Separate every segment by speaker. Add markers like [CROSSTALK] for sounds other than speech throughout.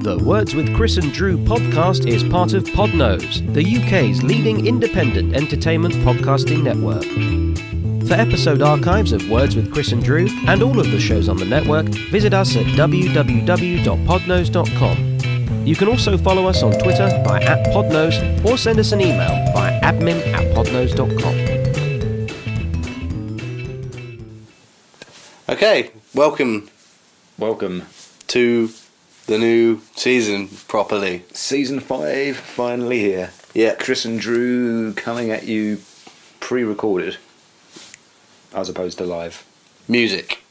Speaker 1: The Words with Chris and Drew podcast is part of Podnose, the UK's leading independent entertainment podcasting network. For episode archives of Words with Chris and Drew and all of the shows on the network, visit us at www.podnose.com. You can also follow us on Twitter by at Podnose or send us an email by admin at podnose.com.
Speaker 2: Okay, welcome
Speaker 3: Welcome.
Speaker 2: to the new season properly.
Speaker 3: Season 5 finally here.
Speaker 2: Yeah.
Speaker 3: Chris and Drew coming at you pre recorded as opposed to [LAUGHS] live.
Speaker 2: Music.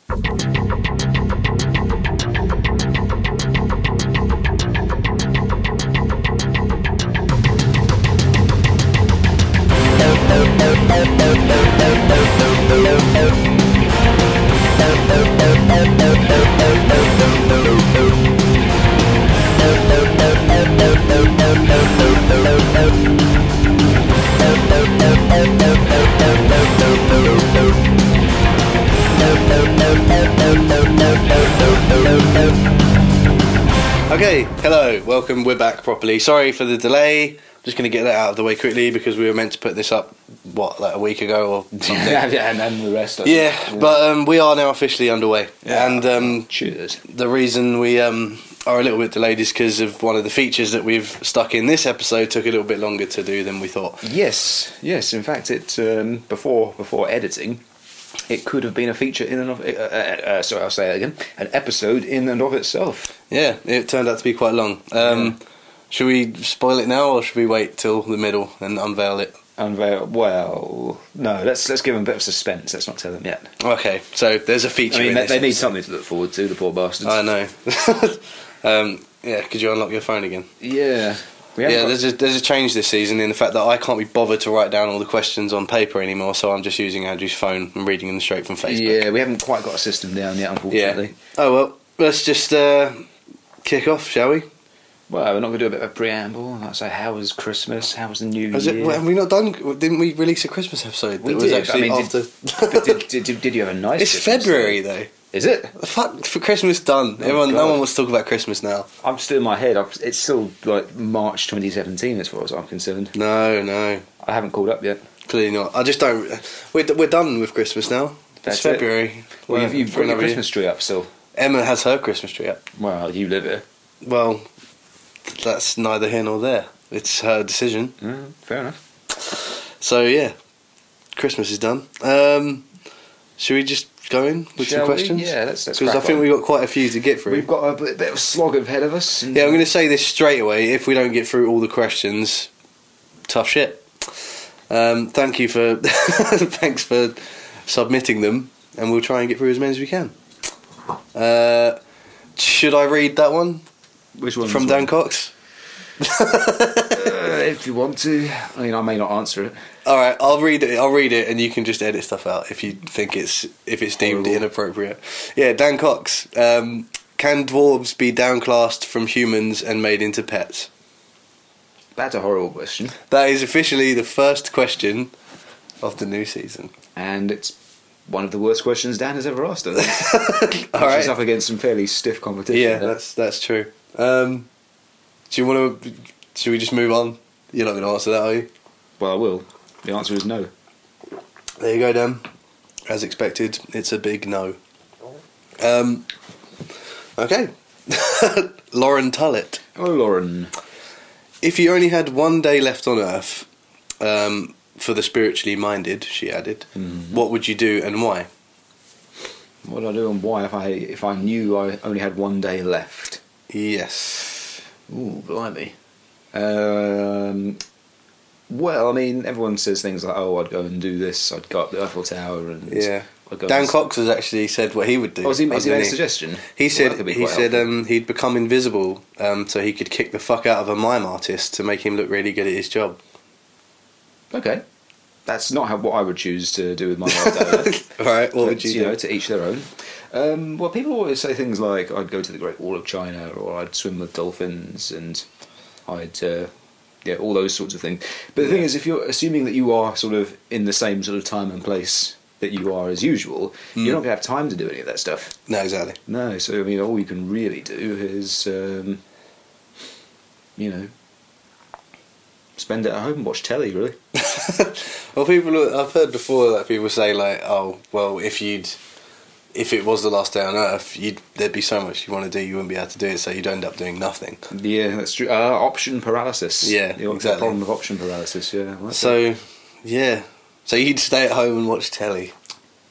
Speaker 2: Okay, hello, welcome, we're back properly. Sorry for the delay. I'm just going to get that out of the way quickly because we were meant to put this up, what, like a week ago or something? yeah,
Speaker 3: and then the rest of
Speaker 2: but um, we are now officially underway.
Speaker 3: Yeah.
Speaker 2: And um,
Speaker 3: Cheers.
Speaker 2: the reason we um, are a little bit delayed is because of one of the features that we've stuck in this episode took a little bit longer to do than we thought.
Speaker 3: Yes, yes. In fact, it um, before before editing, it could have been a feature in and of. Uh, uh, uh, sorry, I'll say that again. An episode in and of itself.
Speaker 2: Yeah, it turned out to be quite long. Um, Should we spoil it now, or should we wait till the middle and unveil it?
Speaker 3: Unveil. uh, Well, no. Let's let's give them a bit of suspense. Let's not tell them yet.
Speaker 2: Okay, so there's a feature.
Speaker 3: I mean,
Speaker 2: in
Speaker 3: they,
Speaker 2: this
Speaker 3: they need
Speaker 2: episode.
Speaker 3: something to look forward to. The poor bastards.
Speaker 2: I know. [LAUGHS] um, yeah, could you unlock your phone again?
Speaker 3: yeah. We haven't
Speaker 2: Yeah,
Speaker 3: got-
Speaker 2: there's a, there's a change this season in the fact that I can't be bothered to write down all the questions on paper anymore, so I'm just using Andrew's phone and reading them straight from Facebook.
Speaker 3: Yeah, we haven't quite got a system down yet, unfortunately.
Speaker 2: Oh well, let's just uh, kick off, shall we?
Speaker 3: Well, we're not going to do a bit of a preamble. Like say, how was Christmas? How was the New
Speaker 2: Has
Speaker 3: Year?
Speaker 2: it, have we not done? Didn't we release a Christmas episode?
Speaker 3: We
Speaker 2: that was
Speaker 3: did. I
Speaker 2: actually
Speaker 3: mean,
Speaker 2: after.
Speaker 3: [LAUGHS] did, but did, did, did, did you have a nice?
Speaker 2: it's
Speaker 3: Christmas?
Speaker 2: February though.
Speaker 3: Is it?
Speaker 2: Fuck for Christmas done.
Speaker 3: Oh,
Speaker 2: Everyone, no
Speaker 3: God.
Speaker 2: one wants to talk about Christmas now.
Speaker 3: I'm still in my head. I've, it's still like March 2017, as far as I'm concerned.
Speaker 2: No, no,
Speaker 3: I haven't called up yet.
Speaker 2: clearly not. I just don't. We're, d- we're done with Christmas now.
Speaker 3: That's
Speaker 2: it's February.
Speaker 3: Well,
Speaker 2: We're
Speaker 3: you've, you've
Speaker 2: for
Speaker 3: got your
Speaker 2: another year.
Speaker 3: Christmas tree up still.
Speaker 2: Emma has her Christmas tree up.
Speaker 3: Well, you live here.
Speaker 2: Well, that's neither here nor there. It's her decision.
Speaker 3: Mm, fair enough.
Speaker 2: So yeah, Christmas is done. Um, should we just go in with
Speaker 3: Shall
Speaker 2: some
Speaker 3: we?
Speaker 2: questions?
Speaker 3: Yeah, let's- let's
Speaker 2: Because I
Speaker 3: crack
Speaker 2: think
Speaker 3: on.
Speaker 2: we've got quite a few to get through.
Speaker 3: We've got a bit, bit of slog ahead of us. and-
Speaker 2: Yeah, I'm going to say this straight away. If we don't get through all the questions, tough shit. Um, thank you for [LAUGHS] thanks for submitting them, and we'll try and get through as many as we can. Uh, should I read that one
Speaker 3: Which one?
Speaker 2: from Dan Cox?
Speaker 3: if you want to. I mean, I may not answer it.
Speaker 2: All right, I'll read it. I'll read it, and you can just edit stuff out if you think it's if it's deemed
Speaker 3: Horrible.
Speaker 2: inappropriate. Yeah, Dan Cox. Um, can dwarves be downclassed from humans and made into pets?
Speaker 3: That's a horrible question.
Speaker 2: That is officially the first question of the new [LAUGHS] season.
Speaker 3: and it's one of the worst questions Dan has ever asked us.
Speaker 2: All right.
Speaker 3: She's up against some fairly stiff competition.
Speaker 2: yeah,
Speaker 3: there.
Speaker 2: that's that's true. Um, do you want to? Should we just move on? You're not going to answer that, are you?
Speaker 3: well, I will. The answer is no.
Speaker 2: There you go, Dan. As expected, it's a big no. Um, okay. [LAUGHS] Lauren Tullett.
Speaker 3: Oh, Lauren.
Speaker 2: If you only had one day left on Earth, um, for the spiritually minded, she added, what would you do and why?
Speaker 3: Hmm. What do I do and why? If I if I knew I only had one day left.
Speaker 2: Yes.
Speaker 3: Ooh, blimey. Um, well, I mean, everyone says things like, "Oh, I'd go and do this. I'd go up the Eiffel Tower and
Speaker 2: Yeah.
Speaker 3: I'd go
Speaker 2: Dan
Speaker 3: and-
Speaker 2: Cox has actually said what he would do.
Speaker 3: Oh, has he, has he made a
Speaker 2: hasn't
Speaker 3: suggestion?
Speaker 2: He
Speaker 3: Well,
Speaker 2: said
Speaker 3: that could be
Speaker 2: he
Speaker 3: quite
Speaker 2: said
Speaker 3: helpful.
Speaker 2: um, he'd become invisible um, so he could kick the fuck out of a mime artist to make him look really good at his job. [LAUGHS]
Speaker 3: "Okay, that's not how, what I would choose to
Speaker 2: [LAUGHS]
Speaker 3: do with my life." day.
Speaker 2: All right, what
Speaker 3: But,
Speaker 2: would you,
Speaker 3: know,
Speaker 2: do?
Speaker 3: to each their own. Um, well, people always say things like, "I'd go to the Great Wall of China," or "I'd swim with dolphins," and I'd, uh, yeah, all those sorts of things. But the thing is, if you're assuming that you are sort of in the same sort of time and place that you are as usual, you're not going to have time to do any of that stuff.
Speaker 2: No, exactly.
Speaker 3: No, so I mean, all you can really do is um, you know, spend it at home and watch telly, really.
Speaker 2: well, people I've heard before that people say like, "Oh, well, if you'd, if it was the last day on Earth, you'd there'd be so much you want to do, you wouldn't be able to do it, so you'd end up doing nothing."
Speaker 3: Yeah, that's true. Uh, option paralysis.
Speaker 2: Yeah,
Speaker 3: the,
Speaker 2: exactly.
Speaker 3: The problem with option paralysis. Yeah. well, that's-
Speaker 2: So, yeah, so you'd stay at home and watch telly.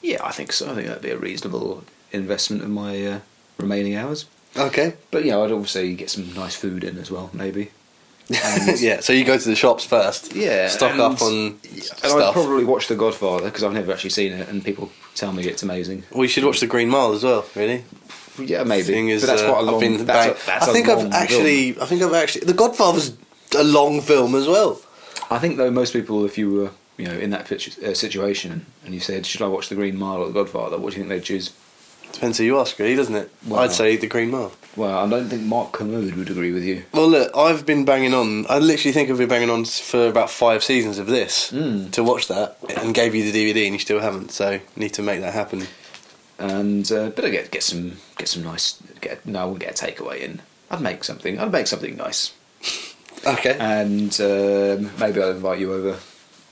Speaker 3: yeah, I think so. I think that'd be a reasonable investment of my uh, remaining hours.
Speaker 2: Okay.
Speaker 3: But you know, I'd obviously get some nice food in as well, maybe. Um,
Speaker 2: [LAUGHS]
Speaker 3: And-
Speaker 2: yeah, so you go to the shops first.
Speaker 3: Yeah,
Speaker 2: Stock
Speaker 3: and-
Speaker 2: up on
Speaker 3: And I'd
Speaker 2: stuff.
Speaker 3: probably watch The Godfather because I've never actually seen it, and people tell me it's amazing.
Speaker 2: well, you should watch The Green Mile as well, really.
Speaker 3: Yeah, maybe.
Speaker 2: Thing is,
Speaker 3: but that's
Speaker 2: uh,
Speaker 3: quite a
Speaker 2: I've
Speaker 3: long.
Speaker 2: been
Speaker 3: that's a-
Speaker 2: bang-
Speaker 3: that's
Speaker 2: I
Speaker 3: a
Speaker 2: think I've
Speaker 3: long
Speaker 2: actually. I think I've actually. The Godfather's a long film as well.
Speaker 3: film. I think though most people, if you were you know in that pitch, uh, situation and you said, "Should I watch The Green Mile or The Godfather?" What do you think they'd choose?
Speaker 2: Depends who you ask, really, doesn't it?
Speaker 3: Wow.
Speaker 2: I'd say The Green Mile.
Speaker 3: Well, I don't think Mark Kermode would agree with you.
Speaker 2: Well, look, I've been banging on. I literally think I've been banging on for about five seasons of this
Speaker 3: Mm.
Speaker 2: to watch that, and gave you the DVD, and you still haven't. So need to make that happen.
Speaker 3: And uh, but I get get some get some nice get no, I wouldn't get a takeaway in. I'd make something. I'd make something nice,
Speaker 2: Okay,
Speaker 3: and um, maybe I'll invite you over.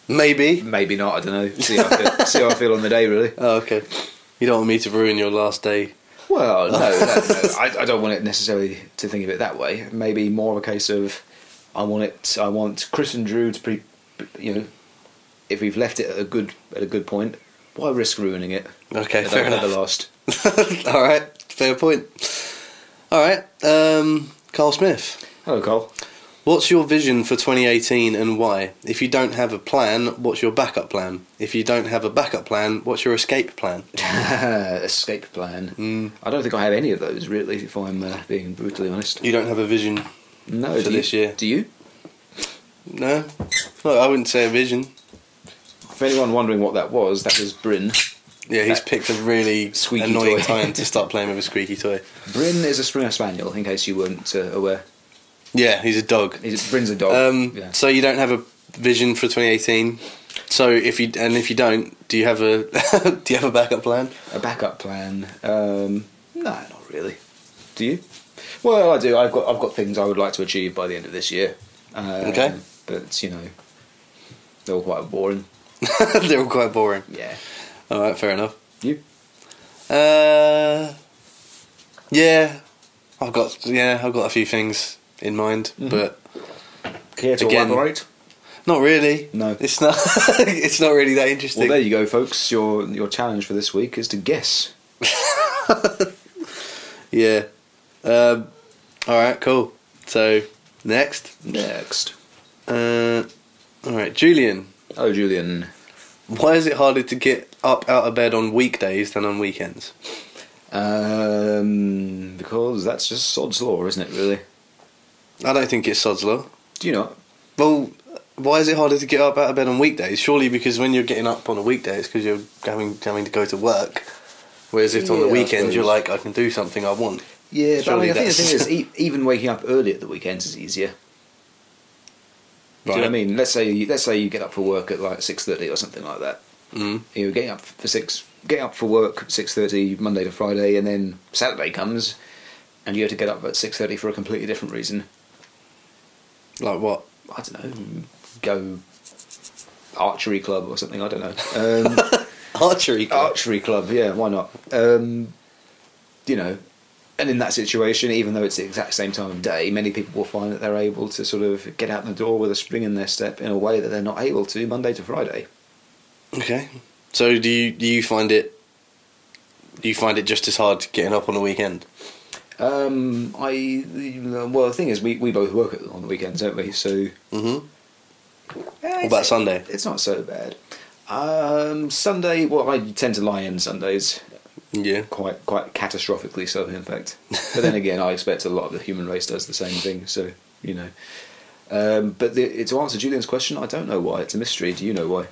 Speaker 2: maybe.
Speaker 3: Maybe not. I don't know. See how I [LAUGHS] feel, see how I feel on the day, really.
Speaker 2: Oh, okay. You don't want me to ruin your last day. [LAUGHS]
Speaker 3: Well, no, no, [LAUGHS] no. I, I don't want it necessarily to think of it that way. Maybe more of a case of I want it. I want Chris and Drew to pre, you know, if we've left it at a good at a good point, why risk ruining it?
Speaker 2: Okay,
Speaker 3: I don't
Speaker 2: fair
Speaker 3: want it
Speaker 2: enough.
Speaker 3: The last.
Speaker 2: All right, fair point. All right, um, Carl Smith.
Speaker 3: Hello, Cole.
Speaker 2: What's your vision for 2018 and why? If you don't have a plan, what's your backup plan? If you don't have a backup plan, what's your escape plan?
Speaker 3: [LAUGHS] Escape plan.
Speaker 2: Mm.
Speaker 3: I don't think I have any of those really. If I'm uh, being brutally honest,
Speaker 2: You don't have a vision,
Speaker 3: no.
Speaker 2: For
Speaker 3: do
Speaker 2: this
Speaker 3: you,
Speaker 2: year.
Speaker 3: do you?
Speaker 2: no? Well, I wouldn't say a vision.
Speaker 3: For anyone wondering what that was, that was Bryn.
Speaker 2: Yeah, he's
Speaker 3: That
Speaker 2: picked a really
Speaker 3: [LAUGHS] squeaky
Speaker 2: annoying
Speaker 3: toy.
Speaker 2: time to start playing with a squeaky toy.
Speaker 3: Bryn is a Springer Spaniel. In case you weren't uh, aware,
Speaker 2: Yeah, he's a dog.
Speaker 3: He's, Bryn's a dog.
Speaker 2: Um,
Speaker 3: yeah.
Speaker 2: So you don't have a vision for 2018. So if you and if you don't, do you have a [LAUGHS] do you have a backup plan? [LAUGHS]
Speaker 3: a backup plan. Um, no, not really. Do you? Well, I do. I've got I've got things I would like to achieve by the end of this year. Um,
Speaker 2: Okay.
Speaker 3: But you know, they're all quite boring.
Speaker 2: They're all quite boring.
Speaker 3: Yeah.
Speaker 2: All right, fair enough.
Speaker 3: You?
Speaker 2: Uh, yeah, I've got yeah, I've got a few things in mind,
Speaker 3: Mm-hmm.
Speaker 2: but
Speaker 3: Care
Speaker 2: to Again. elaborate? not really.
Speaker 3: No.
Speaker 2: it's not. [LAUGHS] it's not really that
Speaker 3: Well,
Speaker 2: interesting.
Speaker 3: there you go, folks. Your your challenge for this week is to guess.
Speaker 2: yeah. Um, all right, cool. So next,
Speaker 3: Next.
Speaker 2: uh, all right, Julian.
Speaker 3: Oh, Julian.
Speaker 2: Why is it harder to get up out of bed on weekdays than on weekends?
Speaker 3: Um, because that's just sod's law, isn't it? Really?
Speaker 2: I don't think it's sod's law.
Speaker 3: Do you not?
Speaker 2: Well, why is it harder to get up out of bed on weekdays? Surely because when you're getting up on a weekday, it's because you're having having to go to work. Whereas if on the
Speaker 3: Yeah, I
Speaker 2: weekend, you're
Speaker 3: suppose.
Speaker 2: like, I can do something I want.
Speaker 3: Yeah, but I, mean,
Speaker 2: Surely
Speaker 3: I think the
Speaker 2: that's-
Speaker 3: thing is, [LAUGHS] e- even waking up early at the weekends is easier. Do you know what I mean? Let's say let's say you get up for work at like six thirty or something like that.
Speaker 2: Mm.
Speaker 3: You're getting up for six, get up for work six thirty Monday to Friday, and then Saturday comes, and you have to get up at six thirty for a completely different reason.
Speaker 2: Like what?
Speaker 3: I don't know, go archery club or something. I don't know. Um,
Speaker 2: Archery.
Speaker 3: archery club, yeah, why not? Um, you know, and in that situation, even though it's the exact same time of day, many people will find that they're able to sort of get out the door with a spring in their step in a way that they're not able to Monday to Friday.
Speaker 2: Okay. So do you do you find it? Do you find it just as hard getting up on a weekend?
Speaker 3: Um, I well, the thing is, we, we both work on the weekends, don't we? So
Speaker 2: Mm-hmm.
Speaker 3: what
Speaker 2: about Sunday?
Speaker 3: It's not so bad. Um, Sunday, well, I tend to lie in Sundays.
Speaker 2: Yeah.
Speaker 3: Quite, quite catastrophically so, in fact. But then again, I expect a lot of the human race does the same thing. So you know. Um, but the, to answer Julian's question, I don't know why. It's a mystery. Do you know why?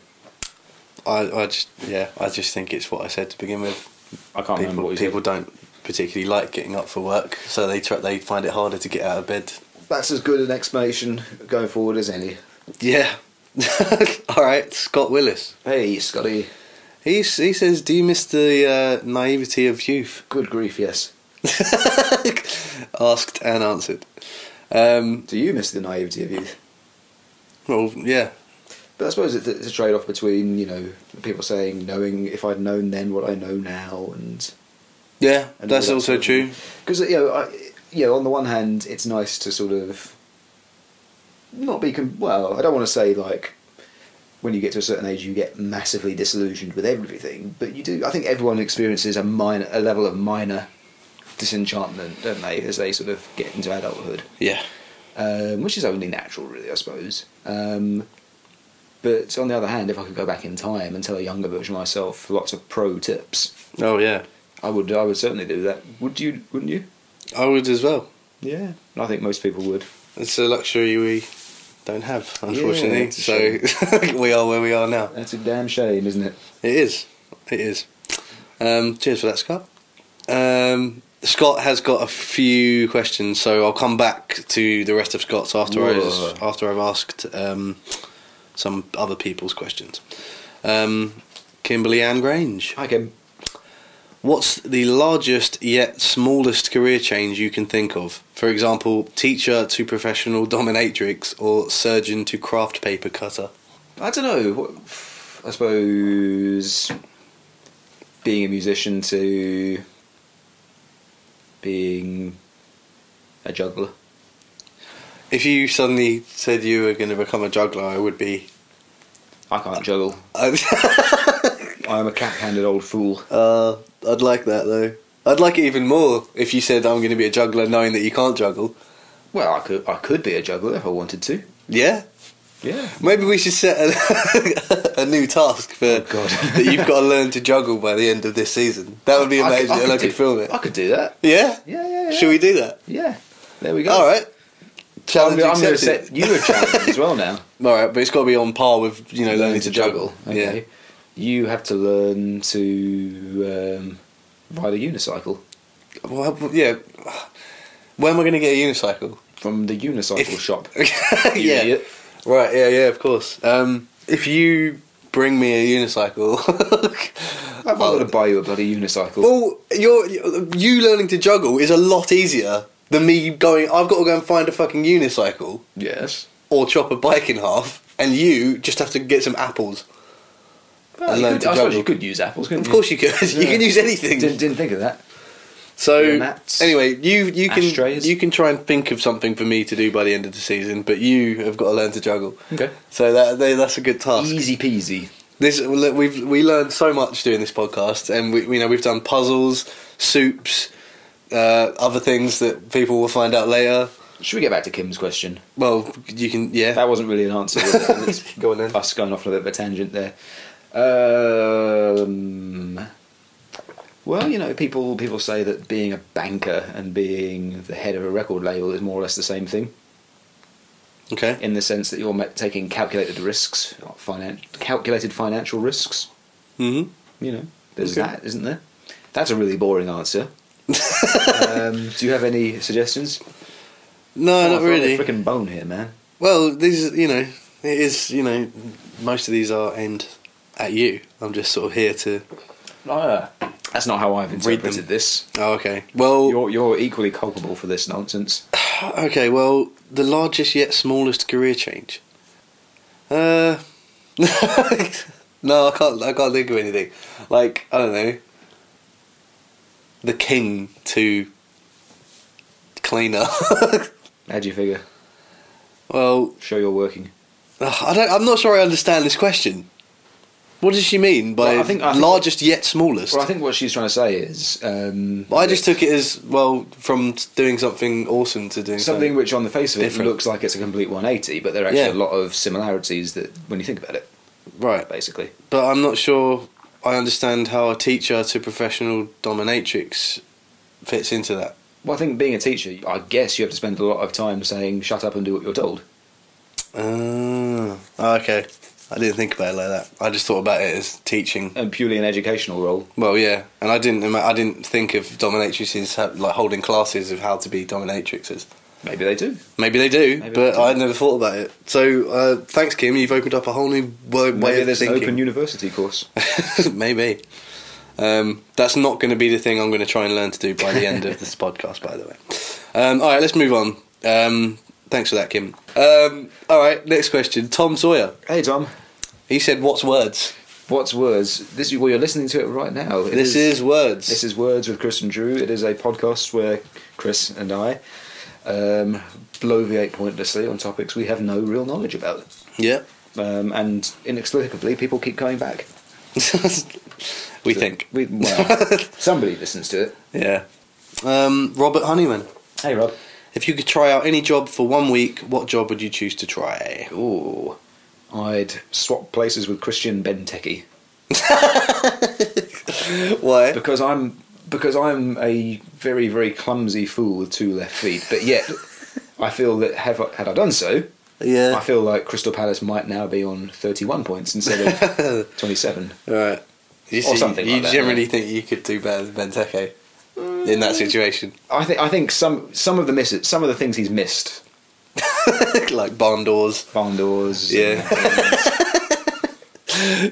Speaker 2: I, I just yeah I just think it's what I said to begin with.
Speaker 3: I can't remember
Speaker 2: people,
Speaker 3: what you
Speaker 2: people don't particularly like getting up for work, so they try, they find it harder to get out of bed.
Speaker 3: said. That's as good an explanation going forward as any.
Speaker 2: Yeah. [LAUGHS] All right, Scott Willis.
Speaker 3: Hey, Scotty.
Speaker 2: He s- he says, "Do you miss the uh, naivety of youth?" [LAUGHS]
Speaker 3: Good grief, yes.
Speaker 2: Asked and answered. Um,
Speaker 3: Do you miss the naivety of youth?
Speaker 2: well, yeah,
Speaker 3: But I suppose it's, it's a trade off between, you know, people saying, knowing if I'd known then what I know now, and.
Speaker 2: yeah,
Speaker 3: And
Speaker 2: that's
Speaker 3: all that
Speaker 2: also
Speaker 3: sort of
Speaker 2: true.
Speaker 3: Because, you, know, I- you know, on the one hand, it's nice to sort of. Not be. Com- well, I don't want to say, like, when you get to a certain age, you get massively disillusioned with everything, but you do. I think everyone experiences a, minor, a level of minor disenchantment, don't they, as they sort of get into adulthood.
Speaker 2: Yeah,
Speaker 3: um, which is only natural, really, I suppose. Um, but on the other hand, if I could go back in time and tell a younger version of myself lots of pro tips,
Speaker 2: oh yeah,
Speaker 3: I would. I would certainly do that. Would you? Wouldn't you?
Speaker 2: I would as well.
Speaker 3: Yeah, I think most people would.
Speaker 2: It's a luxury we don't have,
Speaker 3: Yeah,
Speaker 2: unfortunately.
Speaker 3: it's
Speaker 2: so
Speaker 3: a
Speaker 2: [LAUGHS] we are where we are now.
Speaker 3: That's a damn shame, isn't it?
Speaker 2: It is. It is. Um, cheers for that, Scott. Um, Scott has got a few questions, so I'll come back to the rest of Scott's after I
Speaker 3: Whoa.
Speaker 2: after I've asked um, some other people's questions. Um, Kimberly Ann Grange,
Speaker 3: Hi, Kim.
Speaker 2: what's the largest yet smallest career change you can think of? For example, teacher to professional dominatrix, or surgeon to craft paper cutter.
Speaker 3: I don't know. What, I suppose being a musician to being a juggler.
Speaker 2: If you suddenly said you were going to become a juggler, I would be.
Speaker 3: I can't juggle. I'm a cap-handed old fool.
Speaker 2: Uh, I'd like that though. I'd like it even more if you said I'm going to be a juggler, knowing that you can't juggle.
Speaker 3: Well, I could. I could be a juggler if I wanted to.
Speaker 2: Yeah,
Speaker 3: Yeah.
Speaker 2: maybe we should set a, [LAUGHS] a new task for
Speaker 3: Oh, God.
Speaker 2: that you've got to learn to juggle by the end of this season. That would be amazing, and I could
Speaker 3: do-
Speaker 2: film it.
Speaker 3: I could do that.
Speaker 2: Yeah,
Speaker 3: Yeah, yeah, yeah.
Speaker 2: Should we do that?
Speaker 3: Yeah. There we go.
Speaker 2: All right.
Speaker 3: I'm,
Speaker 2: Challenge
Speaker 3: going to
Speaker 2: accepted.
Speaker 3: set you a challenge as well
Speaker 2: [LAUGHS]
Speaker 3: now.
Speaker 2: All right, but it's got to be on par with you know learning to juggle.
Speaker 3: Okay. You have to learn to um, ride a unicycle
Speaker 2: Yeah. Well, yeah. Where am I going to get a unicycle? [LAUGHS]
Speaker 3: from the unicycle
Speaker 2: If-
Speaker 3: shop. you
Speaker 2: yeah.
Speaker 3: idiot.
Speaker 2: Right, yeah, yeah, of course. Um, if you bring me a unicycle, [LAUGHS]
Speaker 3: I'm not going to buy you a bloody unicycle.
Speaker 2: well, you're, you learning to juggle is a lot easier than me going. I've got to go and find a fucking unicycle
Speaker 3: yes.
Speaker 2: or chop a bike in half, and you just have to get some apples.
Speaker 3: Well, you
Speaker 2: learn
Speaker 3: could-
Speaker 2: to
Speaker 3: I suppose
Speaker 2: juggle.
Speaker 3: you could use apples, couldn't
Speaker 2: Of course, you could. [LAUGHS] You can use anything.
Speaker 3: Didn't, didn't think of that.
Speaker 2: So
Speaker 3: Yeah, mats,
Speaker 2: anyway, you you can
Speaker 3: ashtrays.
Speaker 2: you can try and think of something for me to do by the end of the season, but you have got to learn to juggle.
Speaker 3: Okay.
Speaker 2: So that that's a good task.
Speaker 3: Easy peasy.
Speaker 2: This look, we've we learned so much doing this podcast, and we you know we've done puzzles, soups, uh, other things that people will find out later.
Speaker 3: Should we get back to Kim's question?
Speaker 2: Well, you can yeah.
Speaker 3: That wasn't really an answer. Was
Speaker 2: [LAUGHS]
Speaker 3: it? And it's
Speaker 2: Go on then.
Speaker 3: Us going off on a bit of a tangent there. Um, well, you know, people people say that being a banker and being the head of a record label is more or less the same thing,
Speaker 2: Okay.
Speaker 3: in the sense that you're ma- taking calculated risks, finan- calculated financial risks.
Speaker 2: Mm-hmm.
Speaker 3: You know, there's
Speaker 2: Okay.
Speaker 3: that, isn't there? That's a really boring
Speaker 2: [LAUGHS]
Speaker 3: answer. um, do you have any suggestions? Oh,
Speaker 2: No, not really.
Speaker 3: Freaking bone here, man.
Speaker 2: Well, these you know it is you know most of these are aimed at you. I'm just sort of here to.
Speaker 3: That's not how I've
Speaker 2: Oh, them.
Speaker 3: interpreted this.
Speaker 2: Oh, okay. Well,
Speaker 3: You're, you're equally culpable for this nonsense.
Speaker 2: Uh, Okay, well, the largest yet smallest career change. Uh, [LAUGHS] no, I can't. I can't think of anything. Like I don't know, the king to cleaner. [LAUGHS]
Speaker 3: How do you figure?
Speaker 2: well,
Speaker 3: Show you're working.
Speaker 2: ugh, I don't. I'm not sure I understand this question. What does she mean by
Speaker 3: Well, I think- I think-
Speaker 2: largest yet smallest?
Speaker 3: Well, I think what she's trying to say is um,
Speaker 2: I just took it as well from doing something awesome to doing
Speaker 3: something
Speaker 2: something.
Speaker 3: which, on the face of it,
Speaker 2: Different.
Speaker 3: looks like it's a complete 180, but there are actually
Speaker 2: Yeah.
Speaker 3: a lot of similarities that, when you think about it,
Speaker 2: right.
Speaker 3: basically.
Speaker 2: but I'm not sure I understand how a teacher to professional dominatrix fits into that.
Speaker 3: Well, I think being a teacher, I guess you have to spend a lot of time saying, shut up and do what you're told.
Speaker 2: Ah, okay. I didn't think about it like that. I just thought about it as teaching.
Speaker 3: And purely an educational role.
Speaker 2: Well, yeah, and I didn't. ima- I didn't think of dominatrixes ha- like holding classes of how to be dominatrixes.
Speaker 3: Maybe they do.
Speaker 2: Maybe they do,
Speaker 3: Maybe
Speaker 2: but
Speaker 3: they do.
Speaker 2: I never thought about it. So uh, thanks, Kim. You've opened up a whole new wo- way
Speaker 3: Maybe
Speaker 2: of
Speaker 3: there's
Speaker 2: thinking.
Speaker 3: an open university course.
Speaker 2: [LAUGHS] Maybe. Um, that's
Speaker 3: [LAUGHS]
Speaker 2: not going to be the thing I'm going to try and learn to do by the end of this podcast, by the way. Um, all right, let's move on. Um, thanks for that, Kim. Um, all right, next question. Tom Sawyer.
Speaker 3: Hey, Tom.
Speaker 2: He said, "What's words?
Speaker 3: What's words? This is well, you're listening to it right now. It
Speaker 2: this is, words.
Speaker 3: This is Words with Chris and Drew. It is a podcast where Chris and I um, bloviate pointlessly on topics we have no real knowledge about.
Speaker 2: yeah. [LAUGHS]
Speaker 3: Um, and inexplicably, people keep coming back.
Speaker 2: we
Speaker 3: So
Speaker 2: think.
Speaker 3: We, well, somebody listens to it.
Speaker 2: Yeah. Um, Robert Honeyman.
Speaker 3: Hey, Rob.
Speaker 2: If you could try out any job for one week, what job would you choose to
Speaker 3: [LAUGHS]
Speaker 2: try?
Speaker 3: Ooh. I'd swap places with Christian Benteke
Speaker 2: Why?
Speaker 3: because I'm because I'm a very very clumsy fool with two left feet. But yet, I feel that have I, had I done so, I
Speaker 2: Yeah.
Speaker 3: feel like Crystal Palace might now be on 31 points instead
Speaker 2: [LAUGHS]
Speaker 3: of 27.
Speaker 2: All right. You
Speaker 3: Or something
Speaker 2: You
Speaker 3: like that,
Speaker 2: generally
Speaker 3: yeah.
Speaker 2: think you could do better than Benteke in
Speaker 3: Mm.
Speaker 2: that situation,
Speaker 3: I think I think some some of the misses, some of the things he's missed,
Speaker 2: like barn
Speaker 3: [LAUGHS]
Speaker 2: doors.
Speaker 3: barn doors.
Speaker 2: Yeah.
Speaker 3: and-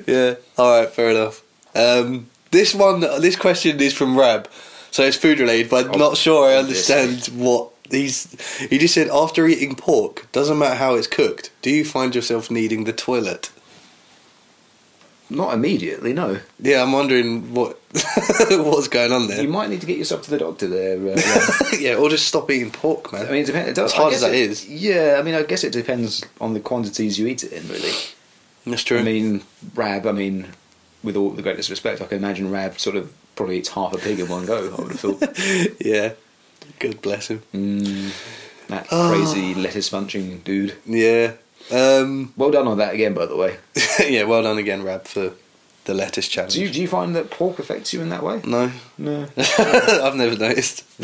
Speaker 2: Yeah. All right. Fair enough. Um, this one, this question is from Rab, so it's food related, but I'm not sure I
Speaker 3: obviously.
Speaker 2: understand what he's. He just said after eating pork, doesn't matter how it's cooked. Do you find yourself needing the toilet?
Speaker 3: [LAUGHS] not immediately, no.
Speaker 2: Yeah, I'm wondering what [LAUGHS] what's going on
Speaker 3: You
Speaker 2: there.
Speaker 3: might need to get yourself to the doctor there. Uh, Rob.
Speaker 2: [LAUGHS] yeah, or just stop eating pork, man.
Speaker 3: I mean, it depends. It does,
Speaker 2: As hard
Speaker 3: I
Speaker 2: as
Speaker 3: guess
Speaker 2: that
Speaker 3: it-
Speaker 2: is.
Speaker 3: Yeah, I mean, I guess it depends on the quantities you eat it in, really.
Speaker 2: that's true.
Speaker 3: I mean, Rab, I mean, with all the greatest respect, I can imagine Rab sort of probably eats half a pig in one go, I would have thought.
Speaker 2: [LAUGHS] yeah. God bless him.
Speaker 3: Mm, that
Speaker 2: Oh.
Speaker 3: crazy lettuce munching dude.
Speaker 2: Yeah. Um, [LAUGHS]
Speaker 3: Well done on that again, by the way.
Speaker 2: yeah. Well done again, Rab, for the lettuce challenge.
Speaker 3: Do you, do you find that pork affects you in that way?
Speaker 2: No, [LAUGHS]
Speaker 3: No.
Speaker 2: I've never noticed.
Speaker 3: I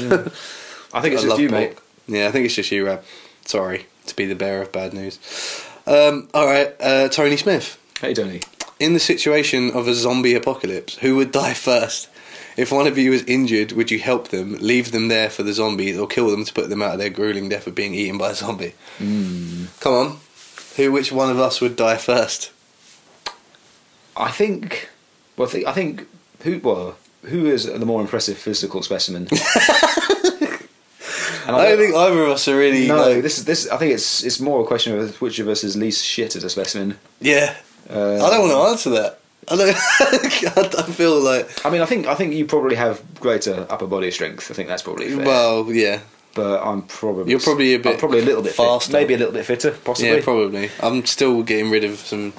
Speaker 3: think it's
Speaker 2: I
Speaker 3: just
Speaker 2: love
Speaker 3: you,
Speaker 2: pork.
Speaker 3: mate.
Speaker 2: Yeah, I think it's just you, Rab. Sorry to be the bearer of bad news. Um, all right, uh, Tony Smith.
Speaker 3: Hey, Tony.
Speaker 2: In the situation of a zombie apocalypse, who would die [LAUGHS] first? If one of you is injured, would you help them, leave them there for the zombies, or kill them to put them out of their grueling death of being eaten by a zombie?
Speaker 3: Hmm.
Speaker 2: Come on, who? Which one of us would die first?
Speaker 3: I think. Well, I think, I think who well who is the more impressive
Speaker 2: [LAUGHS]
Speaker 3: physical specimen? And
Speaker 2: I don't think either of us are really.
Speaker 3: No,
Speaker 2: like-
Speaker 3: this is this. I think it's it's more a question of which of us is least shit as a specimen.
Speaker 2: yeah,
Speaker 3: Uh,
Speaker 2: I don't want to answer that. I don't. [LAUGHS] I feel like.
Speaker 3: I mean, I think I think you probably have greater upper body strength. I think that's probably fair.
Speaker 2: Well, yeah,
Speaker 3: but I'm probably
Speaker 2: You're probably a bit
Speaker 3: I'm probably a little bit fit-
Speaker 2: faster.
Speaker 3: maybe a little bit fitter, possibly.
Speaker 2: Yeah, probably. I'm still getting rid of some,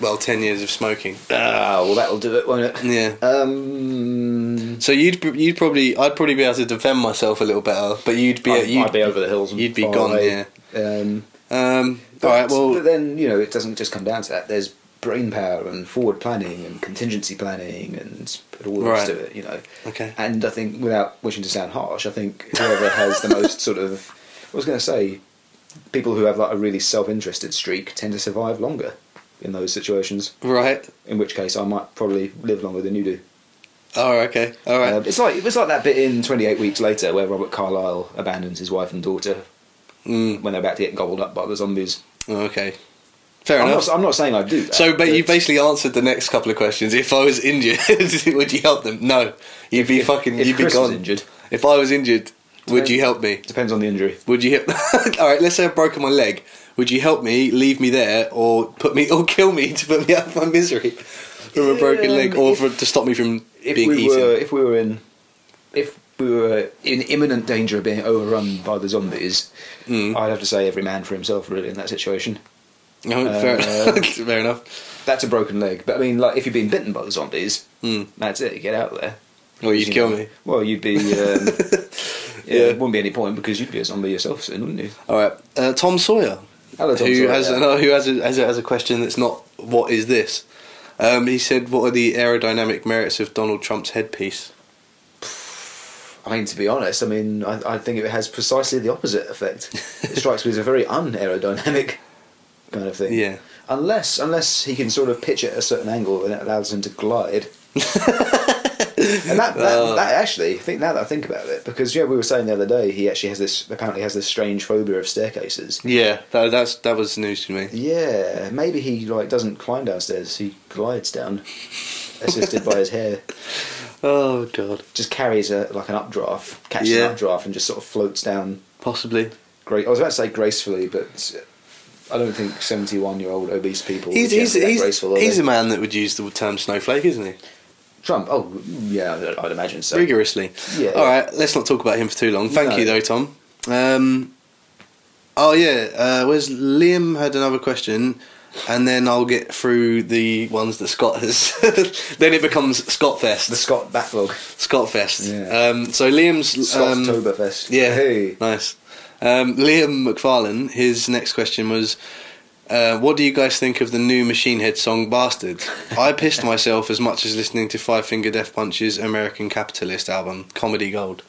Speaker 2: well, 10 years of smoking.
Speaker 3: Ah, well, that'll do it, won't it?
Speaker 2: Yeah.
Speaker 3: Um,
Speaker 2: So you'd you'd probably I'd probably be able to defend myself a little better, but you'd be
Speaker 3: I'd,
Speaker 2: you'd,
Speaker 3: I'd be over the hills. And
Speaker 2: you'd be
Speaker 3: far
Speaker 2: gone,
Speaker 3: away. Um,
Speaker 2: Um,
Speaker 3: But,
Speaker 2: all right,
Speaker 3: but
Speaker 2: well,
Speaker 3: then you know it doesn't just come down to that. There's brain power and forward planning and contingency planning and all the rest
Speaker 2: Right.
Speaker 3: of it. You know.
Speaker 2: Okay.
Speaker 3: And I think, without wishing to sound harsh, I think whoever has the most sort of, I was going to say, people who have like a really self-interested streak tend to survive longer in those situations.
Speaker 2: right.
Speaker 3: In which case, I might probably live longer than you do.
Speaker 2: Oh, okay, all right.
Speaker 3: Uh, it's like it was like that bit in Twenty Eight Weeks Later where Robert Carlyle abandons his wife and daughter
Speaker 2: mm,
Speaker 3: when they're about to get gobbled up by the zombies.
Speaker 2: oh, okay, fair
Speaker 3: I'm
Speaker 2: enough.
Speaker 3: not, I'm not saying I do. That,
Speaker 2: so, but you
Speaker 3: basically.
Speaker 2: basically answered the next couple of questions. If I was injured, [LAUGHS] would you help them? No, you'd be
Speaker 3: if-
Speaker 2: fucking.
Speaker 3: if
Speaker 2: you'd
Speaker 3: Chris
Speaker 2: be
Speaker 3: was
Speaker 2: gone.
Speaker 3: injured.
Speaker 2: If I was injured, would
Speaker 3: Depends-
Speaker 2: you help me?
Speaker 3: Depends on the injury.
Speaker 2: Would you? [LAUGHS] All right. Let's say I've broken my leg. Would you help me, leave me there, or put me, [LAUGHS] or kill me to put me out of my misery from a broken
Speaker 3: Um,
Speaker 2: leg, or
Speaker 3: if-
Speaker 2: for, to stop me from
Speaker 3: If
Speaker 2: being
Speaker 3: we
Speaker 2: eaten?
Speaker 3: were, if we were in, if we were in imminent danger of being overrun by the zombies,
Speaker 2: Mm.
Speaker 3: I'd have to say every man for himself, really, in that situation.
Speaker 2: No, fair,
Speaker 3: [LAUGHS] uh,
Speaker 2: fair enough. [LAUGHS]
Speaker 3: That's a broken leg, but I mean, like if you've been bitten by the zombies,
Speaker 2: Mm.
Speaker 3: that's it. Get out there.
Speaker 2: Or you'd
Speaker 3: You
Speaker 2: kill
Speaker 3: know,
Speaker 2: me.
Speaker 3: Well, you'd be. Um,
Speaker 2: [LAUGHS]
Speaker 3: yeah,
Speaker 2: Yeah.
Speaker 3: it wouldn't be any point because you'd be a zombie yourself soon, wouldn't you?
Speaker 2: All right. Uh, Tom Sawyer,
Speaker 3: Hello, Tom
Speaker 2: who
Speaker 3: Sawyer.
Speaker 2: has no, who has a, has, a, has a question that's not what is this? Um, he said, "What are the aerodynamic merits of Donald Trump's headpiece?"
Speaker 3: I mean, to be honest, I mean, I, I think it has precisely the opposite effect. It strikes me as a very un-aerodynamic kind of thing.
Speaker 2: Yeah.
Speaker 3: Unless, unless he can sort of pitch it at a certain angle and it allows him to glide. and that,
Speaker 2: [LAUGHS]
Speaker 3: that,
Speaker 2: Oh.
Speaker 3: that actually, I think now that I think about it, because yeah, we were saying the other day, he actually has this apparently has this strange phobia of staircases.
Speaker 2: Yeah, that, that's that was news to me.
Speaker 3: Yeah, maybe he like doesn't climb downstairs; he glides down, assisted by his
Speaker 2: [LAUGHS]
Speaker 3: hair.
Speaker 2: Oh God,
Speaker 3: Just carries a like an updraft, catches
Speaker 2: Yeah.
Speaker 3: an updraft, and just sort of floats down
Speaker 2: possibly.
Speaker 3: Great. I was about to say gracefully, but I don't think seventy-one-year-old obese people.
Speaker 2: He's,
Speaker 3: are
Speaker 2: he's,
Speaker 3: generally that
Speaker 2: he's,
Speaker 3: graceful, are
Speaker 2: he's
Speaker 3: they?
Speaker 2: a man that would use the term snowflake, isn't he?
Speaker 3: Trump. Oh, yeah, I'd- I'd imagine so.
Speaker 2: Rigorously.
Speaker 3: uh, Yeah.
Speaker 2: All right, let's not talk about him for too long. Thank
Speaker 3: No.
Speaker 2: you, though, Tom. Um, oh, yeah. Uh, where's Liam had another question, and then I'll get through the ones that Scott has. [LAUGHS] then it becomes Scott
Speaker 3: The
Speaker 2: Fest.
Speaker 3: Scott backlog.
Speaker 2: Scott Fest.
Speaker 3: Yeah.
Speaker 2: Um, so Liam's.
Speaker 3: Scott
Speaker 2: um,
Speaker 3: Toberfest.
Speaker 2: Yeah.
Speaker 3: Hey.
Speaker 2: Nice. Um, Liam McFarlane, his next question was uh, What do you guys think of the new Machine Head song Bastard? I pissed myself as much as listening to Five Finger Death Punch's American Capitalist album, Comedy Gold.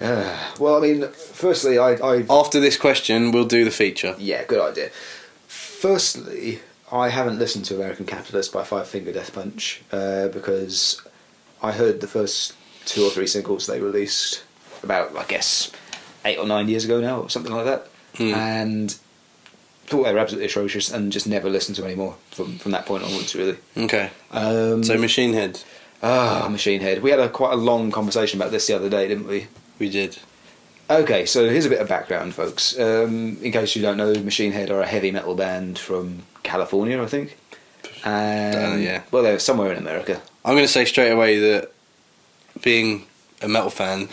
Speaker 3: Ah, well, I mean, firstly, I, I
Speaker 2: After this question, we'll do the feature.
Speaker 3: yeah, good idea. Firstly, I haven't listened to American Capitalist by Five Finger Death Punch uh, because I heard the first two or three singles they released about, I guess, eight or nine years ago now, or something like that, and thought they were absolutely atrocious and just never listened to them anymore from from that point onwards, really.
Speaker 2: Okay.
Speaker 3: Um,
Speaker 2: So, Machine Head,
Speaker 3: ah, Machine Head. We had a quite a long conversation about this the other day, didn't we?
Speaker 2: we did.
Speaker 3: Okay, so here's a bit of background, folks. Um, in case you don't know, Machine Head are a heavy metal band from California, I think. And,
Speaker 2: Uh, yeah.
Speaker 3: Well, they're somewhere in America.
Speaker 2: I'm going to say straight away that being a metal fan,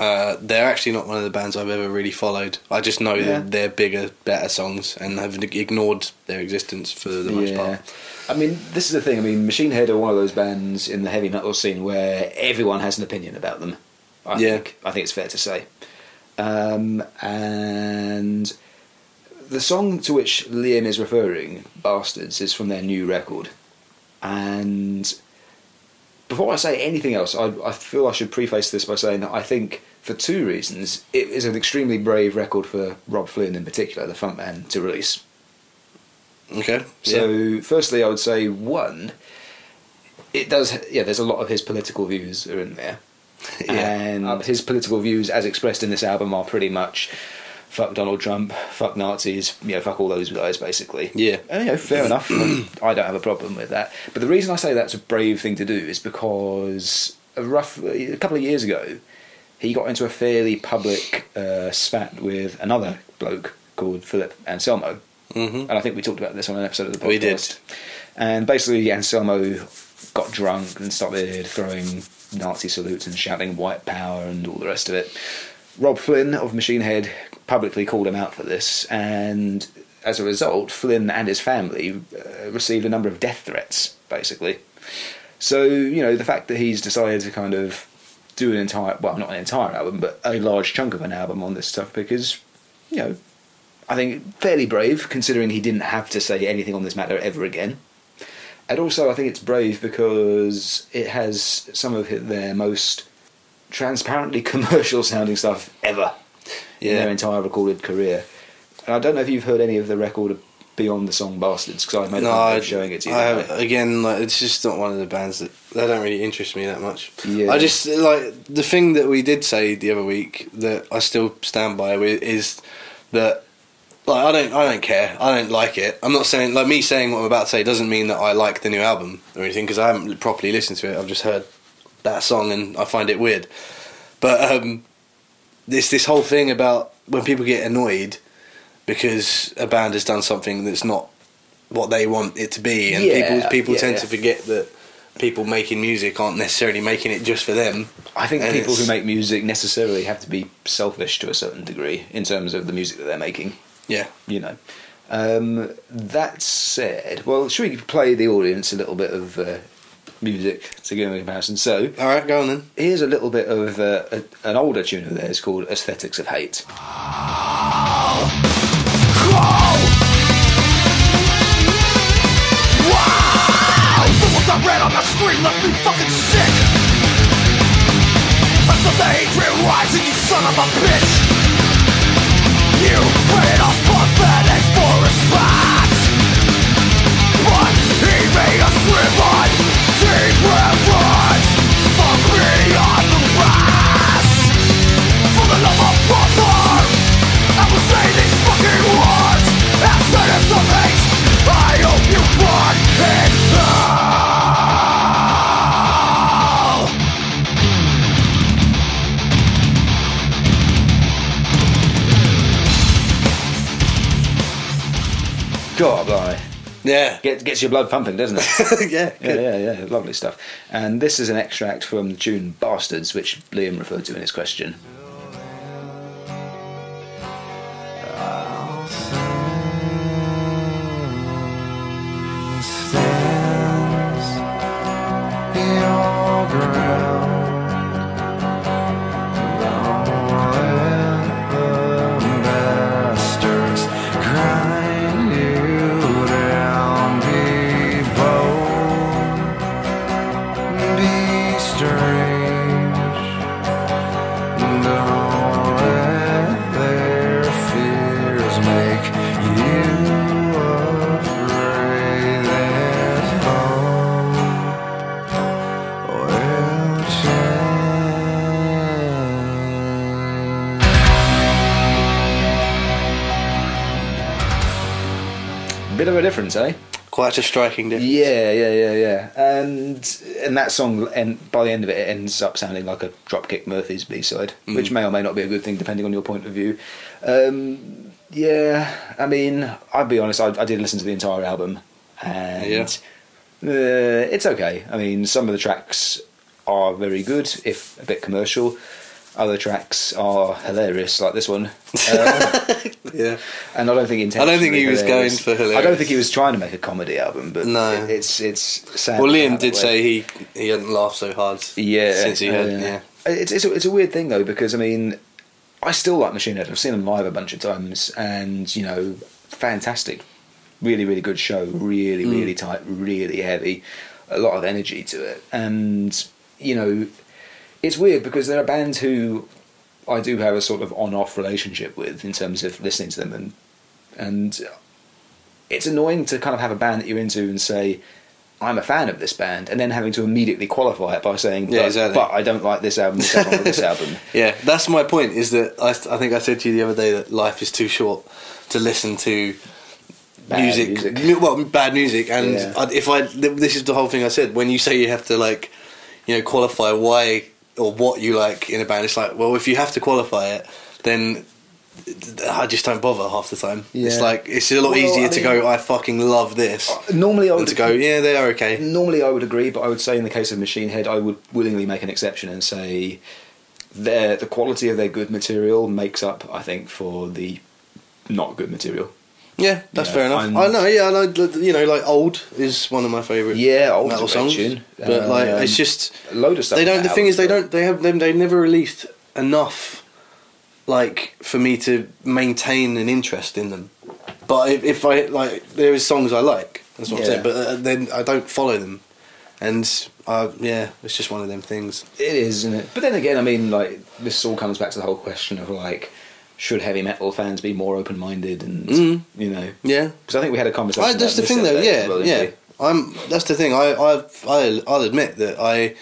Speaker 2: uh, they're actually not one of the bands I've ever really followed. I just know
Speaker 3: Yeah.
Speaker 2: that they're bigger, better songs and have ignored their existence for the most part.
Speaker 3: I mean, this is the thing. I mean, Machine Head are one of those bands in the heavy metal scene where everyone has an opinion about them. I
Speaker 2: Yeah.
Speaker 3: think I think it's fair to say. Um, and the song to which Liam is referring, "Bastards," is from their new record. And before I say anything else, I, I feel I should preface this by saying that I think, for two reasons, it is an extremely brave record for Rob Flynn in particular, the frontman, to release.
Speaker 2: Okay.
Speaker 3: So,
Speaker 2: So,
Speaker 3: firstly, I would say one, it does. Yeah, there's a lot of his political views are in there, and his political views, as expressed in this album, are pretty much fuck Donald Trump, fuck Nazis, you know, fuck all those guys, basically.
Speaker 2: Yeah.
Speaker 3: And, you know, fair enough. I don't have a problem with that. But the reason I say that's a brave thing to do is because a roughly a couple of years ago, he got into a fairly public uh, spat with another bloke called Philip Anselmo.
Speaker 2: Mhm.
Speaker 3: And I think we talked about this on an episode of the podcast.
Speaker 2: We did.
Speaker 3: And basically, Anselmo got drunk and started throwing Nazi salutes and shouting white power and all the rest of it. Rob Flynn of Machine Head publicly called him out for this, and as a result, Flynn and his family uh, received a number of death threats, basically. So, you know, the fact that he's decided to kind of do an entire, well, not an entire album, but a large chunk of an album on this stuff because, you know, I think fairly brave considering he didn't have to say anything on this matter ever again. And also, I think it's brave because it has some of hi- their most transparently [LAUGHS] commercial sounding stuff ever in
Speaker 2: Yeah.
Speaker 3: their entire recorded career. And I don't know if you've heard any of the record beyond the song Bastards because I've made a
Speaker 2: no,
Speaker 3: point
Speaker 2: I,
Speaker 3: of showing it to you.
Speaker 2: I
Speaker 3: haven't
Speaker 2: have- again, like, it's just not one of the bands that they don't really interest me that much.
Speaker 3: Yeah.
Speaker 2: I just like the thing that we did say the other week that I still stand by with is that like I don't I don't care. I don't like it. I'm not saying like me saying what I'm about to say doesn't mean that I like the new album or anything because I haven't properly listened to it. I've just heard that song and I find it weird. But um this this whole thing about when people get annoyed because a band has done something that's not what they want it to be and
Speaker 3: Yeah,
Speaker 2: people people
Speaker 3: yeah,
Speaker 2: tend
Speaker 3: yeah.
Speaker 2: to forget that people making music aren't necessarily making it just for them.
Speaker 3: I think
Speaker 2: And
Speaker 3: people who
Speaker 2: it's-
Speaker 3: make music necessarily have to be selfish to a certain degree in terms of the music that they're making.
Speaker 2: yeah.
Speaker 3: you know. Um, that said, well, should we play the audience a little bit of uh, music to give them a comparison? So,
Speaker 2: All right, go on then.
Speaker 3: here's a little bit of uh, a, an older tune of theirs called Aesthetics of Hate.
Speaker 4: The ones I read on the screen left me fucking sick. I felt the hatred rising, you son of a bitch. You paid us pathetic for respect. But he made us live on deep reverence for beyond the rest. For the love of brother, I will say these fucking words. Aesthetics of hate, I hope you burn in hell.
Speaker 3: God, blimey.
Speaker 2: Yeah.
Speaker 3: Get, gets your blood pumping, doesn't
Speaker 2: [LAUGHS]
Speaker 3: it?
Speaker 2: yeah.
Speaker 3: [LAUGHS] yeah,
Speaker 2: Good.
Speaker 3: yeah, yeah. Lovely stuff. And this is an extract from the tune Bastards, which Liam referred to in his question.
Speaker 4: stands your ground. Don't let the bastards grind you down. Be bold, be strange. Don't let their fears make you afraid. There's hope will change.
Speaker 3: Bit of a difference, eh?
Speaker 2: Quite a striking difference.
Speaker 3: Yeah, yeah, yeah, yeah. And and that song, and by the end of it, it ends up sounding like a Dropkick Murphys B-side,
Speaker 2: Mm.
Speaker 3: which may or may not be a good thing depending on your point of view. Um, yeah, I mean, I'll be honest. I, I did listen to the entire album, and
Speaker 2: Yeah.
Speaker 3: uh, it's okay. I mean, some of the tracks are very good, if a bit commercial. Other tracks are hilarious, like this one. Um,
Speaker 2: Yeah.
Speaker 3: and I don't think
Speaker 2: I
Speaker 3: intentionally.
Speaker 2: don't think he was
Speaker 3: hilarious.
Speaker 2: going for hilarious.
Speaker 3: I don't think he was trying to make a comedy album, but
Speaker 2: No.
Speaker 3: it- it's it's sad.
Speaker 2: Well,
Speaker 3: to
Speaker 2: Liam
Speaker 3: have
Speaker 2: did
Speaker 3: that
Speaker 2: say
Speaker 3: way.
Speaker 2: he he hadn't laughed so hard
Speaker 3: yeah,
Speaker 2: since he had
Speaker 3: uh,
Speaker 2: yeah.
Speaker 3: It's it's a, it's a weird thing though because I mean, I still like Machine Head. I've seen them live a bunch of times, and you know, fantastic, really really good show,
Speaker 2: Mm.
Speaker 3: really really tight, really heavy, a lot of energy to it, and you know, it's weird because they're a band who I do have a sort of on-off relationship with in terms of listening to them and and it's annoying to kind of have a band that you're into and say I'm a fan of this band and then having to immediately qualify it by saying but,
Speaker 2: Yeah, exactly.
Speaker 3: but I don't like this album this album
Speaker 2: [LAUGHS]
Speaker 3: or this album
Speaker 2: Yeah, that's my point. Is that I, I think I said to you the other day that life is too short to listen to
Speaker 3: Bad
Speaker 2: music,
Speaker 3: music.
Speaker 2: mu- well, bad music. And
Speaker 3: Yeah.
Speaker 2: I, if I, th- this is the whole thing I said. When you say you have to like, you know, qualify why or what you like in a band, it's like, well, if you have to qualify it, then I just don't bother half the time. It's
Speaker 3: Yeah.
Speaker 2: like it's a lot
Speaker 3: Well,
Speaker 2: easier
Speaker 3: I
Speaker 2: to
Speaker 3: mean-
Speaker 2: go. I fucking love this.
Speaker 3: normally I
Speaker 2: than
Speaker 3: would
Speaker 2: to go, yeah, they are okay.
Speaker 3: normally I would agree, but I would say in the case of Machine Head, I would willingly make an exception and say their the quality of their good material makes up, I think, for the not good material.
Speaker 2: Yeah, that's
Speaker 3: Yeah,
Speaker 2: fair enough.
Speaker 3: I'm-
Speaker 2: I know. Yeah, I know. You know, like old is one of my favorite.
Speaker 3: Yeah, Old's a
Speaker 2: metal
Speaker 3: great
Speaker 2: songs.
Speaker 3: tune.
Speaker 2: But like,
Speaker 3: Um,
Speaker 2: it's just
Speaker 3: A load of stuff.
Speaker 2: they
Speaker 3: on
Speaker 2: don't. The
Speaker 3: that
Speaker 2: thing
Speaker 3: album,
Speaker 2: is, they
Speaker 3: but-
Speaker 2: don't. They have. They, they've never released enough, like for me to maintain an interest in them. But if, if I like, there is songs I like. That's what I'm
Speaker 3: Yeah.
Speaker 2: saying. But uh, then I don't follow them, and uh, yeah, it's just one of them things.
Speaker 3: It is, isn't it? But then again, I mean, like this all comes back to the whole question of like, should heavy metal fans be more open minded and
Speaker 2: Mm.
Speaker 3: you know?
Speaker 2: Yeah.
Speaker 3: Because I think we had a conversation.
Speaker 2: I,
Speaker 3: about
Speaker 2: that's the
Speaker 3: this
Speaker 2: thing, though.
Speaker 3: other day
Speaker 2: Yeah,
Speaker 3: as well, didn't
Speaker 2: yeah. I'm. That's the thing. I, I, I, I'll admit that I,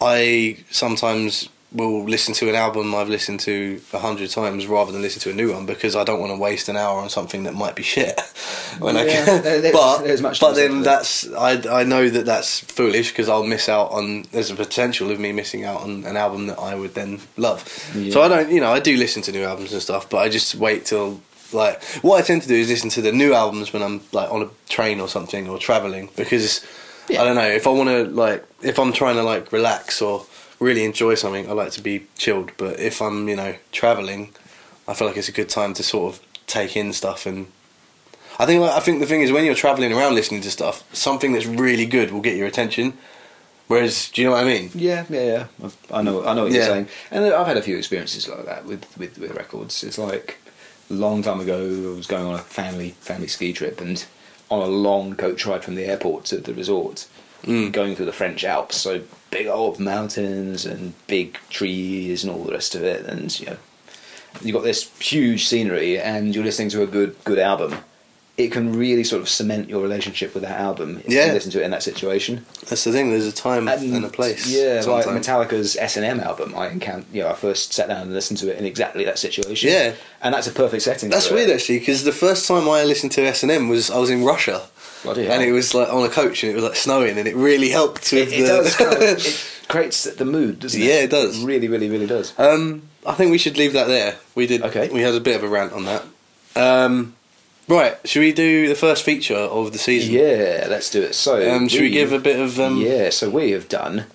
Speaker 2: I sometimes will listen to an album I've listened to a hundred times rather than listen to a new one because I don't want to waste an hour on something that might be shit. [LAUGHS] when I
Speaker 3: Yeah,
Speaker 2: can.
Speaker 3: there- there's-
Speaker 2: but
Speaker 3: there's much to
Speaker 2: but
Speaker 3: be said
Speaker 2: then
Speaker 3: for
Speaker 2: that's I, I know that that's foolish because I'll miss out on. There's a potential of me missing out on an album that I would then love. So
Speaker 3: Yeah.
Speaker 2: I don't. You know, I do listen to new albums and stuff, but I just wait till like what I tend to do is listen to the new albums when I'm like on a train or something or traveling because I don't know if I want to like if I'm trying to like relax or really enjoy something I like to be chilled but if I'm you know traveling I feel like it's a good time to sort of take in stuff and I think I think the thing is when you're traveling around listening to stuff something that's really good will get your attention whereas do you know what I mean
Speaker 3: Yeah, yeah, yeah. I've- I know, I know what
Speaker 2: Yeah.
Speaker 3: you're saying, and I've had a few experiences like that with with, with records. It's like a long time ago, I was going on a family family ski trip, and on a long coach ride from the airport to the resort,
Speaker 2: Mm.
Speaker 3: going through the French Alps, so big old mountains and big trees and all the rest of it, and you know, you've got this huge scenery, and you're listening to a good good album. It can really sort of cement your relationship with that album if
Speaker 2: Yeah.
Speaker 3: you listen to it in that situation
Speaker 2: that's the thing there's a time and, a place
Speaker 3: yeah, like
Speaker 2: sometimes.
Speaker 3: Metallica's S and M album. I encounter, you know, I first sat down and listened to it in exactly that situation.
Speaker 2: Yeah.
Speaker 3: and that's a perfect setting.
Speaker 2: That's
Speaker 3: for
Speaker 2: weird
Speaker 3: It.
Speaker 2: actually, because the first time I listened to S and M was I was in Russia,
Speaker 3: Bloody
Speaker 2: and
Speaker 3: hell.
Speaker 2: it was like on a coach, and it was like snowing, and it really helped with
Speaker 3: It, it
Speaker 2: the.
Speaker 3: does. Kind
Speaker 2: [LAUGHS]
Speaker 3: of, it creates the mood, doesn't it?
Speaker 2: Yeah, it does.
Speaker 3: really, really, really does.
Speaker 2: um, I think we should leave that there. We did.
Speaker 3: Okay.
Speaker 2: We had a bit of a rant on that. Um, Right, should we do the first feature of the season?
Speaker 3: Yeah, let's do it. So,
Speaker 2: Um, should we give a bit of um,
Speaker 3: yeah, so we have done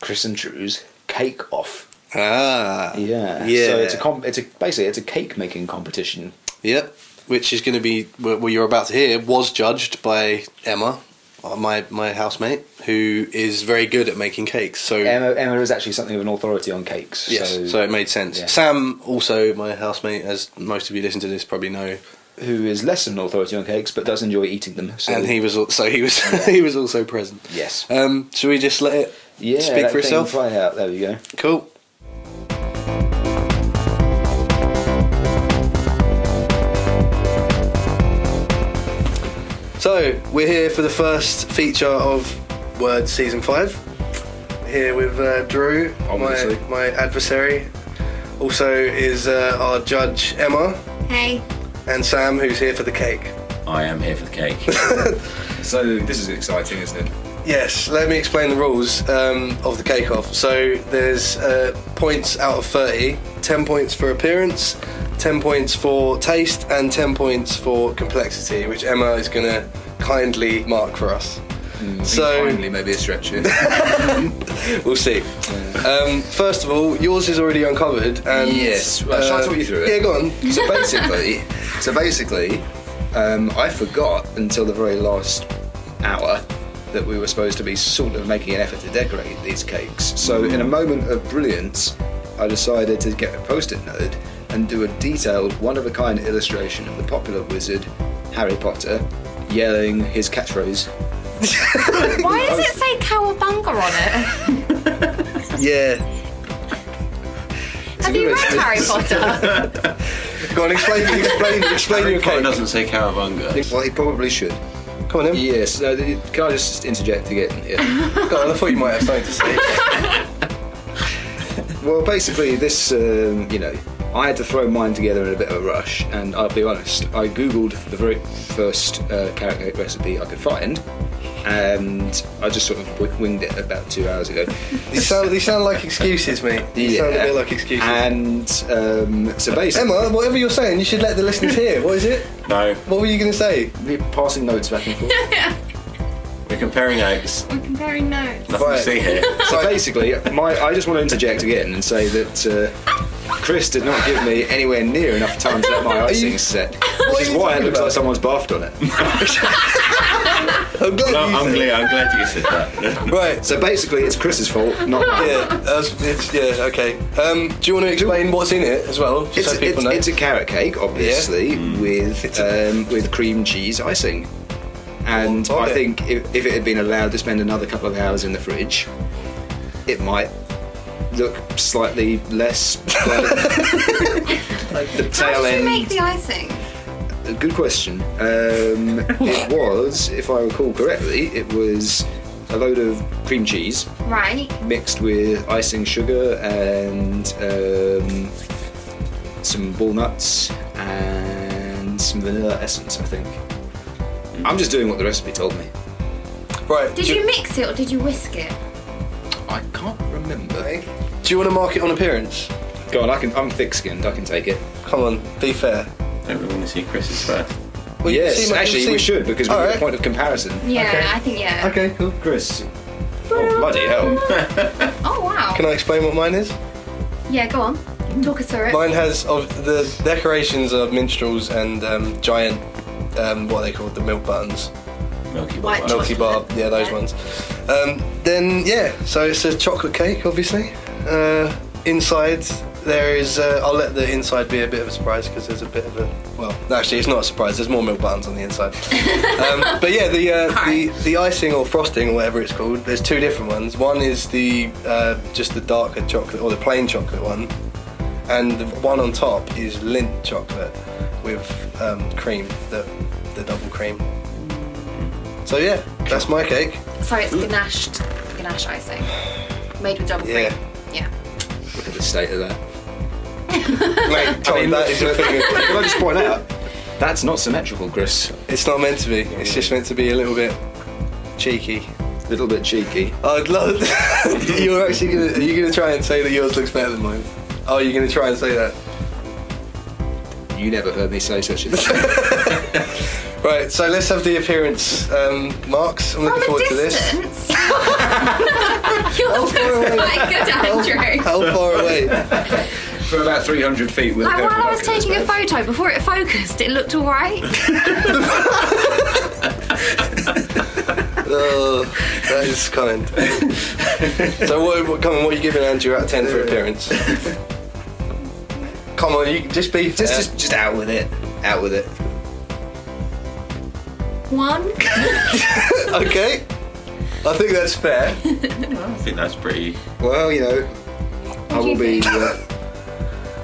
Speaker 3: Chris and Drew's cake off.
Speaker 2: ah
Speaker 3: Yeah,
Speaker 2: yeah
Speaker 3: So it's a com- it's a basically it's a cake making competition.
Speaker 2: Yep, which is going to be what what you're about to hear was judged by Emma, uh, my my housemate, who is very good at making cakes. So
Speaker 3: Emma Emma is actually something of an authority on cakes.
Speaker 2: yes, so,
Speaker 3: So,
Speaker 2: it made sense.
Speaker 3: yeah.
Speaker 2: Sam, also my housemate, as most of you listen to this probably know,
Speaker 3: who is less of an authority on cakes but does enjoy eating them. So
Speaker 2: and he was al- [LAUGHS] so he was he was also present.
Speaker 3: Yes.
Speaker 2: Um, should we just let it
Speaker 3: Uh, yeah,
Speaker 2: speak
Speaker 3: that
Speaker 2: for
Speaker 3: thing
Speaker 2: itself?
Speaker 3: Fly out. There we go.
Speaker 2: Cool. So we're here for the first feature of Word Season Five. Here with uh, Drew, my,
Speaker 3: Obviously.
Speaker 2: my adversary. Also is uh, our judge Emma
Speaker 5: Hey.
Speaker 2: and Sam, who's here for the cake.
Speaker 6: I am here for [LAUGHS] the cake.
Speaker 3: So this is exciting, isn't it?
Speaker 2: Yes, let me explain the rules um, of the cake off. So there's uh, points out of 30, 10 points for appearance, 10 points for taste, and 10 points for complexity, which Emma is going to kindly mark for us. So
Speaker 3: maybe a stretch. [LAUGHS]
Speaker 2: we'll see. Um, first of all, yours is already uncovered, and uh,
Speaker 3: Yes, well, shall I talk you through it?
Speaker 2: Yeah, go on.
Speaker 3: so basically, so basically, um, I forgot until the very last hour that we were supposed to be sort of making an effort to decorate these cakes. So in a moment of brilliance, I decided to get a post-it note and do a detailed, one-of-a-kind illustration of the popular wizard Harry Potter yelling his catchphrase.
Speaker 5: Why does it say cowabunga on
Speaker 2: Yeah,
Speaker 5: it? Have you read Harry Potter?
Speaker 2: go on. Explain, explain, explain your
Speaker 6: It
Speaker 2: cake.
Speaker 6: doesn't say cowabunga.
Speaker 3: Well, he probably should.
Speaker 2: Come on, Em.
Speaker 3: Yes. No, th- can I just interject again? Yeah.
Speaker 2: [LAUGHS] Go on. I thought you might have something to [LAUGHS] say.
Speaker 3: Well, basically, this, um, you know, I had to throw mine together in a bit of a rush, and I'll be honest, I googled the very first uh, carrot cake recipe I could find, and I just sort of wi- winged it about two
Speaker 2: [LAUGHS]
Speaker 3: hours ago.
Speaker 2: These sound, these sound like excuses, mate. These sound a bit like excuses.
Speaker 3: And um, so basically,
Speaker 2: Emma, whatever you're saying, you should let the listeners hear. What is it?
Speaker 6: No,
Speaker 2: What were you going to say?
Speaker 3: we're passing notes back and forth.
Speaker 6: we're comparing notes.
Speaker 5: We're comparing notes.
Speaker 6: Nothing
Speaker 2: Right.
Speaker 6: to see [LAUGHS] here.
Speaker 3: so basically, my, I just want to interject again and say that. Uh, Chris did not give me anywhere near enough time
Speaker 2: [LAUGHS]
Speaker 3: to let my icing set,
Speaker 2: are
Speaker 3: which is
Speaker 2: you
Speaker 3: why it
Speaker 2: talking
Speaker 3: looks
Speaker 2: about?
Speaker 3: like someone's barfed on it.
Speaker 2: I'm glad
Speaker 6: No, I'm
Speaker 2: you said.
Speaker 6: glad, I'm glad you said that. [LAUGHS]
Speaker 2: Right.
Speaker 3: So basically, it's Chris's fault,
Speaker 2: [LAUGHS]
Speaker 3: not mine.
Speaker 2: Yeah, that's, it's, yeah, okay. Um, do you want to explain what's in it as well, just
Speaker 3: It's,
Speaker 2: so people
Speaker 3: it's,
Speaker 2: know? Mm.
Speaker 3: it's a carrot cake, obviously, with um, with cream cheese icing. And
Speaker 2: Oh, okay.
Speaker 3: I think if, if it had been allowed to spend another couple of hours in the fridge, it might look slightly
Speaker 2: [LAUGHS]
Speaker 3: less. like the
Speaker 5: How
Speaker 3: tail
Speaker 5: did you
Speaker 3: end.
Speaker 5: make the icing?
Speaker 3: Good question.
Speaker 2: [LAUGHS]
Speaker 3: Um, it was, if I recall correctly, it was a load of cream cheese
Speaker 5: Right.
Speaker 3: mixed with icing sugar and um, some walnuts and some vanilla essence, I think. I'm just doing what the recipe told me.
Speaker 2: right.
Speaker 5: Did
Speaker 2: do,
Speaker 5: you mix it or did you whisk it?
Speaker 3: I can't remember.
Speaker 2: do you want to mark it on appearance?
Speaker 3: Go on, I can. I'm thick-skinned. I can take it.
Speaker 2: Come on, be fair.
Speaker 6: Don't we want to see Chris's first?
Speaker 2: Well, you've
Speaker 3: yes,
Speaker 2: seen- you've
Speaker 3: actually,
Speaker 2: seen-
Speaker 3: we should because we
Speaker 2: All
Speaker 3: need
Speaker 2: right.
Speaker 3: a point of comparison.
Speaker 5: Yeah, I think yeah.
Speaker 2: Okay, cool.
Speaker 3: Chris. Oh, bloody hell!
Speaker 5: Oh wow.
Speaker 2: Can I explain what mine is?
Speaker 5: yeah, go on. Talk us through it.
Speaker 2: Mine has of the decorations are minstrels and um, giant, um, what are they called? The milk buttons.
Speaker 6: Milky Bar.
Speaker 5: White
Speaker 2: Milky bar, yeah, those
Speaker 5: Yeah.
Speaker 2: ones. Um, then yeah, so it's a chocolate cake, obviously. Uh, inside there is, uh, I'll let the inside be a bit of a surprise because there's a bit of a, well, no, actually it's not a surprise. There's more milk buttons on the
Speaker 5: [LAUGHS]
Speaker 2: inside. um, but yeah, the uh, the the icing or frosting or whatever it's called. There's two different ones. One is the uh, just the darker chocolate or the plain chocolate one, and the one on top is lint chocolate with um, cream, the the double cream. So yeah, that's my cake.
Speaker 5: So it's ganached ganache icing. Made with double
Speaker 2: Yeah.
Speaker 5: cream. Yeah.
Speaker 3: Look at the state of that. [LAUGHS]
Speaker 2: Mate, Tom, that is a thing. of-
Speaker 3: Can I just point out? That's not symmetrical, Chris.
Speaker 2: It's not meant to be. It's just meant to be a little bit cheeky.
Speaker 3: A little bit cheeky.
Speaker 2: I'd
Speaker 3: [LAUGHS]
Speaker 2: love. you're actually gonna. Are you gonna try and say that yours looks better than mine? Oh, you're gonna try and say that.
Speaker 3: You never heard me say such a [LAUGHS] thing.
Speaker 2: Right, so let's have the appearance um, marks. I'm looking
Speaker 5: From a
Speaker 2: forward to this.
Speaker 5: distance. [LAUGHS] you look quite good, Andrew.
Speaker 2: How far away?
Speaker 3: For about 300 feet with
Speaker 5: Like
Speaker 3: a
Speaker 5: while
Speaker 3: GoPro
Speaker 5: I was
Speaker 3: back in his
Speaker 5: taking a
Speaker 3: back.
Speaker 5: photo before it focused, it looked all right.
Speaker 2: oh, that is kind. so what, what? Come on, what are you giving Andrew out of ten for appearance? Come on, you just be
Speaker 3: Just,
Speaker 2: fair. [LAUGHS]
Speaker 3: just, just out with it. Out with it.
Speaker 5: One.
Speaker 2: okay. I think that's fair.
Speaker 6: I think that's pretty.
Speaker 3: Well, you know, I
Speaker 5: do you
Speaker 3: will be.
Speaker 5: think?
Speaker 3: Uh,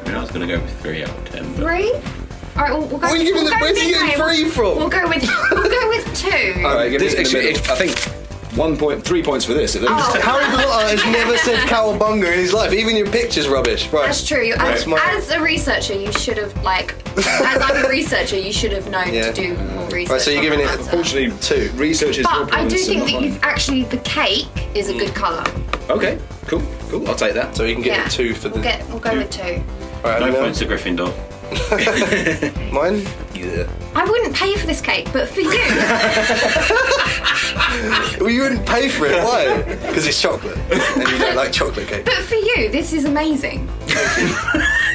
Speaker 6: I mean, I was going to go with three out of ten. But
Speaker 5: Three. All right, we'll, we'll go.
Speaker 2: Where are you giving
Speaker 5: we'll
Speaker 2: the
Speaker 5: go
Speaker 2: where's he getting
Speaker 5: midway. We'll-
Speaker 2: three Oh. from?
Speaker 5: We'll go with. We'll go with two.
Speaker 3: all right, give
Speaker 2: This-
Speaker 3: me
Speaker 2: actually,
Speaker 3: actually, I think one point, three points for this. At least.
Speaker 5: Oh.
Speaker 2: Harry Blotter has never said cowabunga in his life. Even your picture's rubbish. Right.
Speaker 5: That's true. As,
Speaker 2: That's my-
Speaker 5: as a researcher, you should have like. as
Speaker 2: [LAUGHS]
Speaker 5: I'm a researcher, you should have known
Speaker 2: Yeah.
Speaker 5: to do more research.
Speaker 2: Right, so you're
Speaker 5: on
Speaker 2: giving
Speaker 5: the
Speaker 2: it-
Speaker 5: matter.
Speaker 3: Unfortunately,
Speaker 2: Two.
Speaker 3: Research is your
Speaker 5: But I do
Speaker 3: province
Speaker 5: think
Speaker 3: and
Speaker 5: that
Speaker 3: not
Speaker 5: you've actually the cake is a good colour.
Speaker 3: mine. Okay, cool, cool. I'll take that.
Speaker 2: So you can Mm. get
Speaker 5: Yeah.
Speaker 2: a two for the.
Speaker 5: We'll get. We'll go with two.
Speaker 2: Alright,
Speaker 6: no
Speaker 2: and then
Speaker 6: points to Gryffindor.
Speaker 2: Mine.
Speaker 3: Yeah.
Speaker 5: I wouldn't pay for this cake, but
Speaker 2: [LAUGHS]
Speaker 5: for you,
Speaker 2: Well, you wouldn't pay for it. Why? [LAUGHS] Because it's chocolate, and you don't like chocolate cake.
Speaker 5: but for you, this is amazing.
Speaker 2: [LAUGHS]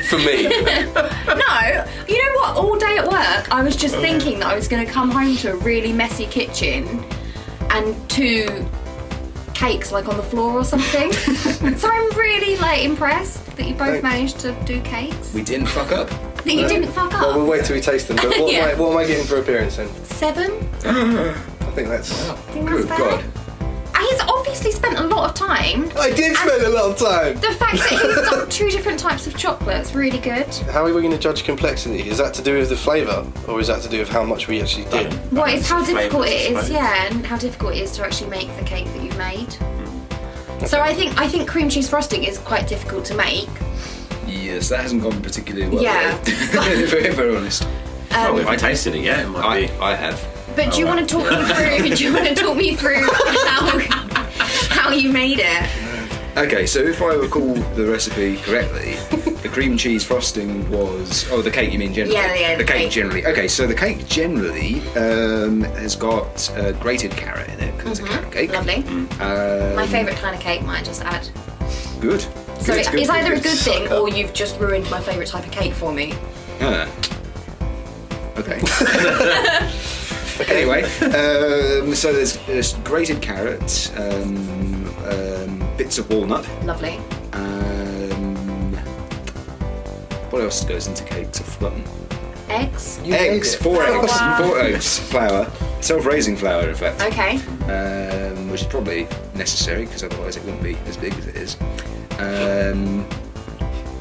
Speaker 2: For me.
Speaker 5: No, you know what? All day at work, I was just thinking that I was going to come home to a really messy kitchen and two cakes like on the floor
Speaker 3: [LAUGHS]
Speaker 5: or something. so I'm really like impressed that you both
Speaker 2: Thanks.
Speaker 5: managed to do cakes.
Speaker 3: We didn't fuck up.
Speaker 5: That you didn't fuck
Speaker 2: Well, we'll
Speaker 5: up.
Speaker 2: wait till we taste them. But what,
Speaker 5: Yeah.
Speaker 2: am, I, what am I getting for appearance then?
Speaker 5: Seven.
Speaker 2: I think that's.
Speaker 5: think that's
Speaker 3: Good
Speaker 5: bad.
Speaker 3: God.
Speaker 5: And he's obviously spent a lot of time.
Speaker 2: I did spend a lot of time.
Speaker 5: The fact that
Speaker 3: [LAUGHS]
Speaker 5: he's done two different types of chocolate's really good.
Speaker 2: How are we going to judge complexity? Is that to do with the flavour, or is that to do with how much we actually did?
Speaker 5: Well, it's how
Speaker 6: Balance of
Speaker 5: difficult
Speaker 6: flavours,
Speaker 5: it
Speaker 6: I
Speaker 5: is,
Speaker 6: suppose.
Speaker 5: yeah, and how difficult it is to actually make the cake that you've made.
Speaker 3: Hmm.
Speaker 5: So I think I think cream cheese frosting is quite difficult to make.
Speaker 3: Yes, that hasn't gone particularly well.
Speaker 5: Yeah.
Speaker 3: if, we're- [LAUGHS] if we're honest,
Speaker 6: Oh,
Speaker 5: Um,
Speaker 6: if I tasted it, yeah, it might
Speaker 3: I,
Speaker 6: be.
Speaker 3: I have.
Speaker 5: but
Speaker 3: Oh,
Speaker 5: do you want to talk me through? Do you want to
Speaker 3: [LAUGHS]
Speaker 5: talk me through how how you made it?
Speaker 3: Okay, so if I recall the recipe [LAUGHS] correctly, the cream cheese frosting was oh the cake you mean generally
Speaker 5: Yeah, yeah,
Speaker 3: the
Speaker 5: the
Speaker 3: cake,
Speaker 5: cake.
Speaker 3: generally okay so the cake generally um, has got uh, grated carrot in it because it's a carrot cake
Speaker 5: Mm-hmm. Lovely.
Speaker 3: Um,
Speaker 5: My favourite kind of cake, might I just add.
Speaker 3: good
Speaker 5: So
Speaker 3: Good,
Speaker 5: it-
Speaker 3: good,
Speaker 5: it's either a good
Speaker 3: Suck
Speaker 5: thing
Speaker 3: up.
Speaker 5: or you've just ruined my favourite type of cake for me.
Speaker 3: Huh.
Speaker 5: [LAUGHS]
Speaker 3: Okay. [LAUGHS] anyway, um, so there's, there's grated carrot, um, um, bits of walnut.
Speaker 5: Lovely.
Speaker 3: Um, what else goes into cakes? I've forgotten.
Speaker 5: Eggs.
Speaker 3: Eggs, four
Speaker 5: Flour.
Speaker 3: eggs, four eggs, flour, self-raising flour, in fact.
Speaker 5: Okay.
Speaker 3: Um, which is probably necessary because otherwise it wouldn't be as big as it is. Um,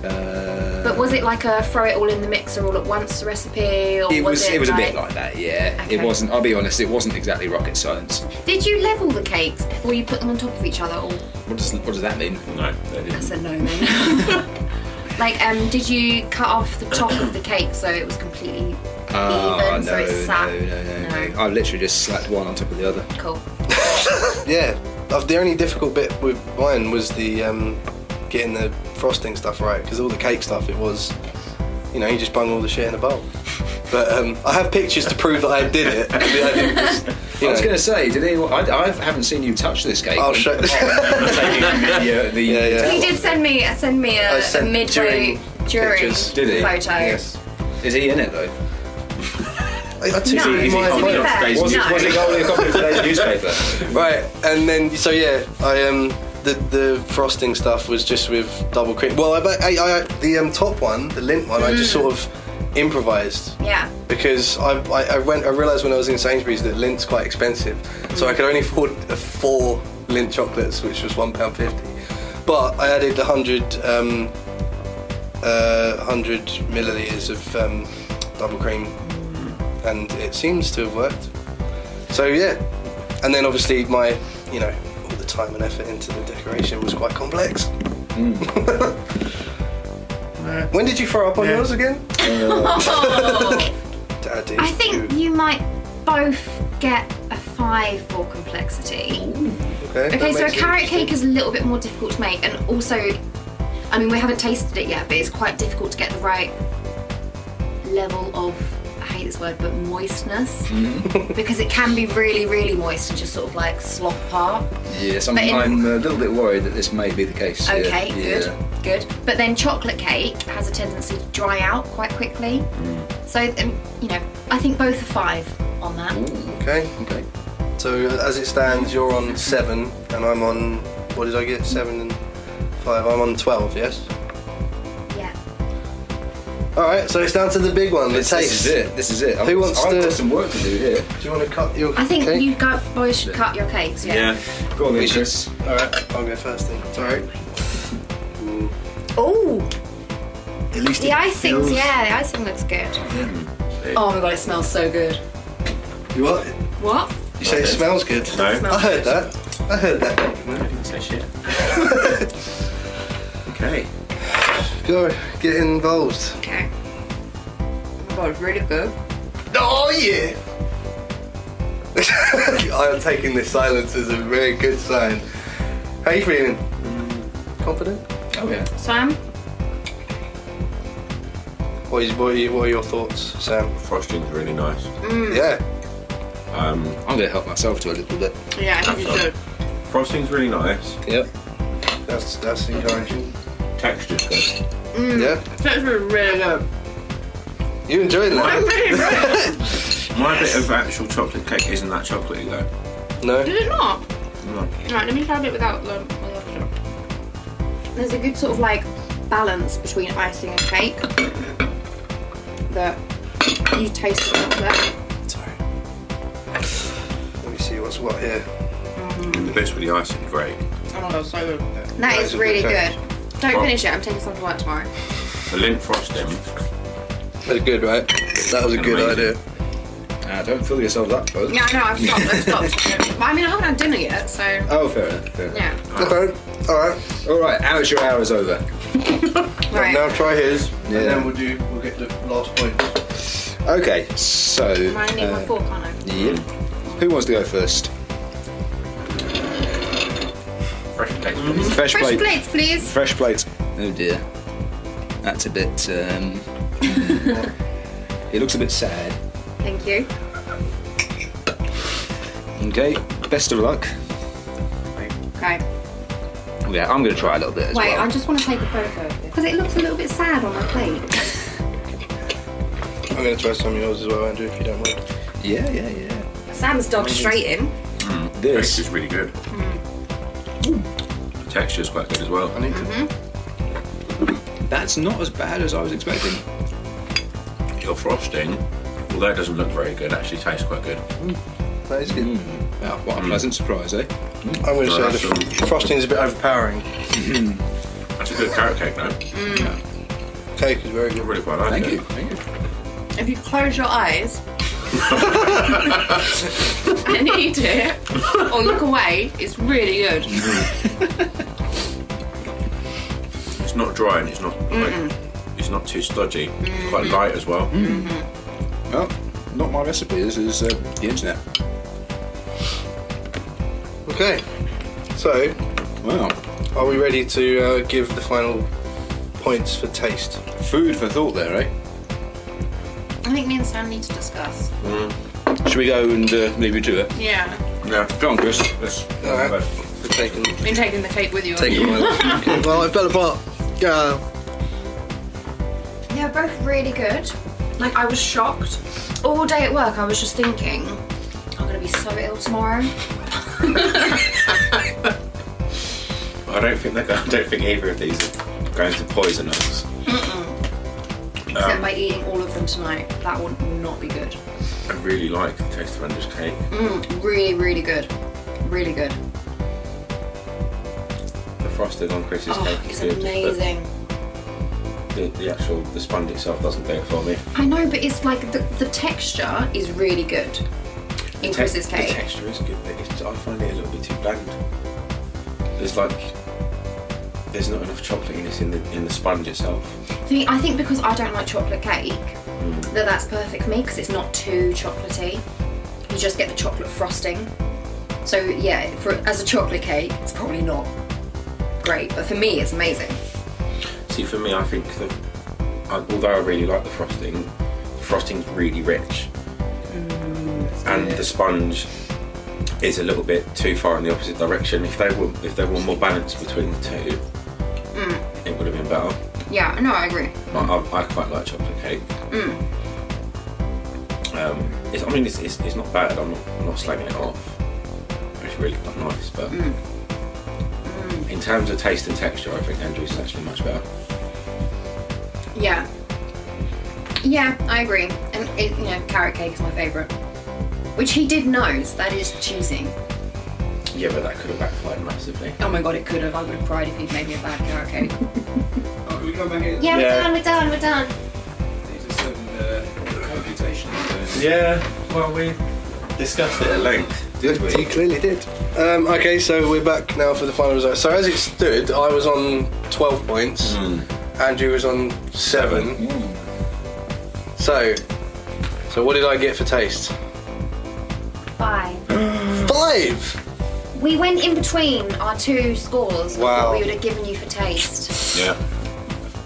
Speaker 3: uh,
Speaker 5: But was it like a throw it all in the mixer all at once recipe, or
Speaker 3: it was,
Speaker 5: was
Speaker 3: it was a
Speaker 5: like,
Speaker 3: bit like that, yeah. It
Speaker 5: Okay.
Speaker 3: wasn't. I'll be honest. It wasn't exactly rocket science.
Speaker 5: Did you level the cakes before you put them on top of each other? Or
Speaker 3: What does what does that mean?
Speaker 6: No, they
Speaker 5: I
Speaker 6: [LAUGHS] didn't.
Speaker 5: said no then. [LAUGHS] like, um, did you cut off the top of the cake so it was completely
Speaker 3: Ah,
Speaker 5: even, so it sat?
Speaker 3: no, no, no, no, no. I literally just slapped one on top of the other.
Speaker 5: Cool.
Speaker 2: Yeah. Of the only difficult bit with mine was the um, getting the frosting stuff right because all the cake stuff it was, you know, you just bung all the shit in a bowl. But um, I have pictures to prove that I did it. I mean, I [LAUGHS] think just, you
Speaker 3: I was
Speaker 2: know,
Speaker 3: going to say, did anyone? I, I haven't seen you touch this cake.
Speaker 2: I'll [LAUGHS] show.
Speaker 6: [LAUGHS]
Speaker 3: yeah, the,
Speaker 2: Yeah, yeah.
Speaker 5: He did send me uh, send me
Speaker 2: I
Speaker 5: a, a
Speaker 2: sent
Speaker 5: midway
Speaker 2: during
Speaker 5: during,
Speaker 2: pictures.
Speaker 3: Did he?
Speaker 5: photo.
Speaker 2: yes.
Speaker 3: Is he in it though?
Speaker 2: I, I took
Speaker 5: No,
Speaker 2: it in
Speaker 5: to
Speaker 2: my
Speaker 5: be
Speaker 2: phone.
Speaker 5: fair,
Speaker 3: Was,
Speaker 5: no.
Speaker 3: he, was he holding a copy of [LAUGHS] today's newspaper?
Speaker 2: Right, and then so yeah, I um the the frosting stuff was just with double cream. Well, I, I, I the um top one, the lint one, I
Speaker 5: Mm.
Speaker 2: just sort of improvised
Speaker 5: Yeah.
Speaker 2: because I, I, I went I realised when I was in Sainsbury's that lint's quite expensive, so I could only afford uh, four lint chocolates, which was one pound fifty. But I added a hundred um, uh, hundred milliliters of um, double cream, and it seems to have worked. So yeah, and then obviously my you know all the time and effort into the decoration was quite complex.
Speaker 3: Mm.
Speaker 2: [LAUGHS] when did you throw up on yours
Speaker 3: [LAUGHS]
Speaker 2: again? Daddy.
Speaker 5: I think you might both get a five for complexity.
Speaker 2: Okay,
Speaker 5: Okay,
Speaker 2: that
Speaker 5: so a
Speaker 2: makes it
Speaker 5: carrot
Speaker 2: interesting.
Speaker 5: cake is a little bit more difficult to make, and also, I mean, we haven't tasted it yet, but it's quite difficult to get the right level of I hate this word, but moistness
Speaker 3: Mm-hmm.
Speaker 5: because it can be really, really moist and just sort of like slop up.
Speaker 3: Yes, I'm,
Speaker 5: But in-
Speaker 3: I'm a little bit worried that this may be the case. yeah.
Speaker 5: Okay,
Speaker 3: yeah.
Speaker 5: good, good. But then chocolate cake has a tendency to dry out quite quickly.
Speaker 3: Mm.
Speaker 5: So, um, you know, I think both are five on that.
Speaker 2: Okay, okay. So uh, as it stands, you're on seven, and I'm on. What did I get? Seven and five. I'm on twelve. Yes.
Speaker 5: Yeah.
Speaker 2: All right. So it's down to the big one, the
Speaker 3: This, this
Speaker 2: taste.
Speaker 3: is it. This is it. I've,
Speaker 2: Who wants
Speaker 3: I've
Speaker 2: to-
Speaker 3: got some work to do here.
Speaker 2: Do you want to cut your?
Speaker 5: I think
Speaker 2: cake?
Speaker 5: you go, boys should cut your cakes. Yeah.
Speaker 6: Yeah.
Speaker 3: Go on, then,
Speaker 2: We should-
Speaker 3: Chris.
Speaker 2: All right. I'll go first then. It's all right.
Speaker 5: Oh,
Speaker 2: At least
Speaker 5: the
Speaker 2: it
Speaker 5: icing's
Speaker 2: feels-
Speaker 5: yeah, the icing looks good. Oh my god, it smells so good.
Speaker 2: You what?
Speaker 5: What?
Speaker 2: You say it smells good.
Speaker 6: No.
Speaker 2: I heard that. I heard that.
Speaker 6: I didn't say shit. [LAUGHS] okay.
Speaker 2: Go get involved.
Speaker 5: Okay. Oh my god, really good.
Speaker 2: Oh yeah. [LAUGHS] I'm taking this silence as a very good sign. How you feeling? Confident?
Speaker 3: Oh yeah.
Speaker 5: Sam,
Speaker 2: What, is, what, are, you, what are your thoughts, Sam?
Speaker 6: Frosting's really nice.
Speaker 5: Hmm.
Speaker 2: Yeah.
Speaker 6: Um,
Speaker 3: I'm gonna help myself to a little bit.
Speaker 5: yeah, I think you should.
Speaker 6: frosting's really nice.
Speaker 3: Yep.
Speaker 2: That's that's encouraging.
Speaker 6: Texture's good.
Speaker 2: Yeah.
Speaker 5: Hmm. That's really good.
Speaker 2: You enjoying
Speaker 5: I'm
Speaker 2: that?
Speaker 5: really good.
Speaker 6: My bit of actual chocolate cake isn't that chocolatey though. Mm.
Speaker 2: No.
Speaker 5: Did it not?
Speaker 6: No.
Speaker 5: Right, let me try a bit without the without the chocolate. There's a good sort of like balance between icing and cake [COUGHS] that you taste the chocolate.
Speaker 2: Sorry. Let me see what's what here.
Speaker 6: The bits with the icing, great.
Speaker 5: Oh my god, so good. That,
Speaker 2: That
Speaker 5: is,
Speaker 2: is a
Speaker 5: really
Speaker 2: good
Speaker 5: good.
Speaker 2: cake.
Speaker 5: Don't
Speaker 6: Well-
Speaker 5: finish it, I'm taking some to work tomorrow.
Speaker 6: The lint frosting.
Speaker 2: That's good, right? That was a good
Speaker 6: Amazing.
Speaker 2: idea.
Speaker 3: Ah, don't fill yourselves up, folks.
Speaker 5: Yeah, I know, I've stopped, I've stopped. But I mean, I haven't had dinner yet, so
Speaker 3: Oh, fair enough. Fair enough.
Speaker 5: yeah.
Speaker 2: Okay. All right.
Speaker 3: All right, amateur hour is over.
Speaker 5: Right.
Speaker 2: Now try his, and
Speaker 3: Yeah.
Speaker 2: then we'll do. We'll get the last point.
Speaker 3: Okay, so.
Speaker 5: I need my
Speaker 3: uh,
Speaker 5: fork, can't I?
Speaker 3: yep. Who wants to go first? Fresh,
Speaker 6: Fresh cake. please.
Speaker 5: Fresh
Speaker 3: plate.
Speaker 5: plates, please.
Speaker 3: Fresh plate. Oh dear. That's a bit. Um, it looks a bit sad.
Speaker 5: Thank you.
Speaker 3: Okay. Best of luck.
Speaker 5: Okay.
Speaker 3: Yeah, I'm going to try a little bit as
Speaker 5: Wait,
Speaker 3: well.
Speaker 5: I just want to take a photo because it looks a little bit sad on my plate.
Speaker 2: I'm gonna try some of yours as well, Andrew, if you don't mind.
Speaker 3: Yeah, yeah, yeah.
Speaker 5: Sam's dog straight in.
Speaker 3: This.
Speaker 6: Texture's really good.
Speaker 3: Mm.
Speaker 6: The texture's quite good as well.
Speaker 2: I need
Speaker 3: That's not as bad as I was expecting.
Speaker 6: Your frosting, although it doesn't look very good, actually tastes quite good.
Speaker 2: to. That is good.
Speaker 3: Wow, what a pleasant surprise, eh?
Speaker 2: I'm gonna
Speaker 6: No,
Speaker 2: say the
Speaker 6: that's
Speaker 2: fr- frosting is a bit overpowering.
Speaker 6: That's a good carrot cake though.
Speaker 2: Cake is very
Speaker 6: I
Speaker 2: good.
Speaker 6: really quite like
Speaker 3: Thank
Speaker 6: it.
Speaker 3: you. Thank you.
Speaker 5: If you close your eyes and eat it, or look away, it's really good.
Speaker 6: It's not dry and it's not like, it's not too stodgy. It's quite
Speaker 3: Mm.
Speaker 6: light as well.
Speaker 3: Well, not my recipe. This is uh, the internet.
Speaker 2: Okay. So,
Speaker 3: Wow.
Speaker 2: are we ready to uh, give the final points for taste?
Speaker 3: Food for thought there, eh?
Speaker 5: I think me and Sam need to discuss.
Speaker 3: Should we go and uh, leave you to it?
Speaker 5: Yeah.
Speaker 6: Yeah.
Speaker 3: Go on, Chris.
Speaker 6: That's,
Speaker 2: All right. We're taking.
Speaker 5: Been taking the cake with you.
Speaker 2: Taking [LAUGHS] one. Okay, Well, I fell apart. Uh,
Speaker 5: They're both really good. Like I was shocked. All day at work I was just thinking, I'm gonna be so ill tomorrow.
Speaker 6: I don't think they're, [LAUGHS] I don't think either of these are going to poison us.
Speaker 5: Except by eating all of them tonight. That one will not be good.
Speaker 6: I really like the taste of Anders cake.
Speaker 5: Really, really good. Really good.
Speaker 6: The frosting on Chris's
Speaker 5: Oh,
Speaker 6: cake
Speaker 5: it's
Speaker 6: is good,
Speaker 5: amazing.
Speaker 6: but The, the actual the sponge itself doesn't do it for me.
Speaker 5: I know, but it's like the, the texture is really good in Chris's
Speaker 6: Te- The
Speaker 5: cake.
Speaker 6: texture is good, but it's just, I find it a little bit too bland. There's like there's not enough chocolatiness in the in the sponge itself.
Speaker 5: See, I think because I don't like chocolate cake, that that's perfect for me because it's not too chocolatey. You just get the chocolate frosting. So yeah, for as a chocolate cake, it's probably not great, but for me, it's amazing.
Speaker 6: See, for me, I think the I, although I really like the frosting, frosting's really rich,
Speaker 5: Mm,
Speaker 6: and the sponge is a little bit too far in the opposite direction. If they were if there were more balance between the two,
Speaker 5: Mm.
Speaker 6: it would have been better.
Speaker 5: Yeah, no, I agree.
Speaker 6: I, I, I quite like chocolate cake.
Speaker 5: Mm.
Speaker 6: Um, it's, I mean, it's, it's, it's not bad. I'm not, I'm not slagging it off. It's really quite nice, but
Speaker 5: Mm.
Speaker 6: in terms of taste and texture, I think Andrew's is actually much better.
Speaker 5: Yeah. Yeah, I agree. And it, you know, carrot cake is my favourite. Which he did knows that is cheesy.
Speaker 6: Yeah, but that could have backfired massively.
Speaker 5: Oh my god, it could have. I would have cried if he'd made me a bad carrot cake.
Speaker 7: Oh, we go back in.
Speaker 5: Yeah,
Speaker 6: Yeah.
Speaker 5: we're done. We're done. We're done.
Speaker 7: These are certain uh, computations. uh,
Speaker 6: Yeah, well, we discussed it at length.
Speaker 2: Did we? You clearly did. Um, okay, so we're back now for the final result. So as it stood, I was on 12 points.
Speaker 6: Hmm.
Speaker 2: Andrew was on seven.
Speaker 6: Hmm.
Speaker 2: So, so what did I get for taste?
Speaker 5: [LAUGHS] Bye.
Speaker 6: Hmm.
Speaker 2: Five.
Speaker 5: We went in between our two scores. of
Speaker 2: Wow.
Speaker 5: What we would have given you for taste.
Speaker 6: Yeah.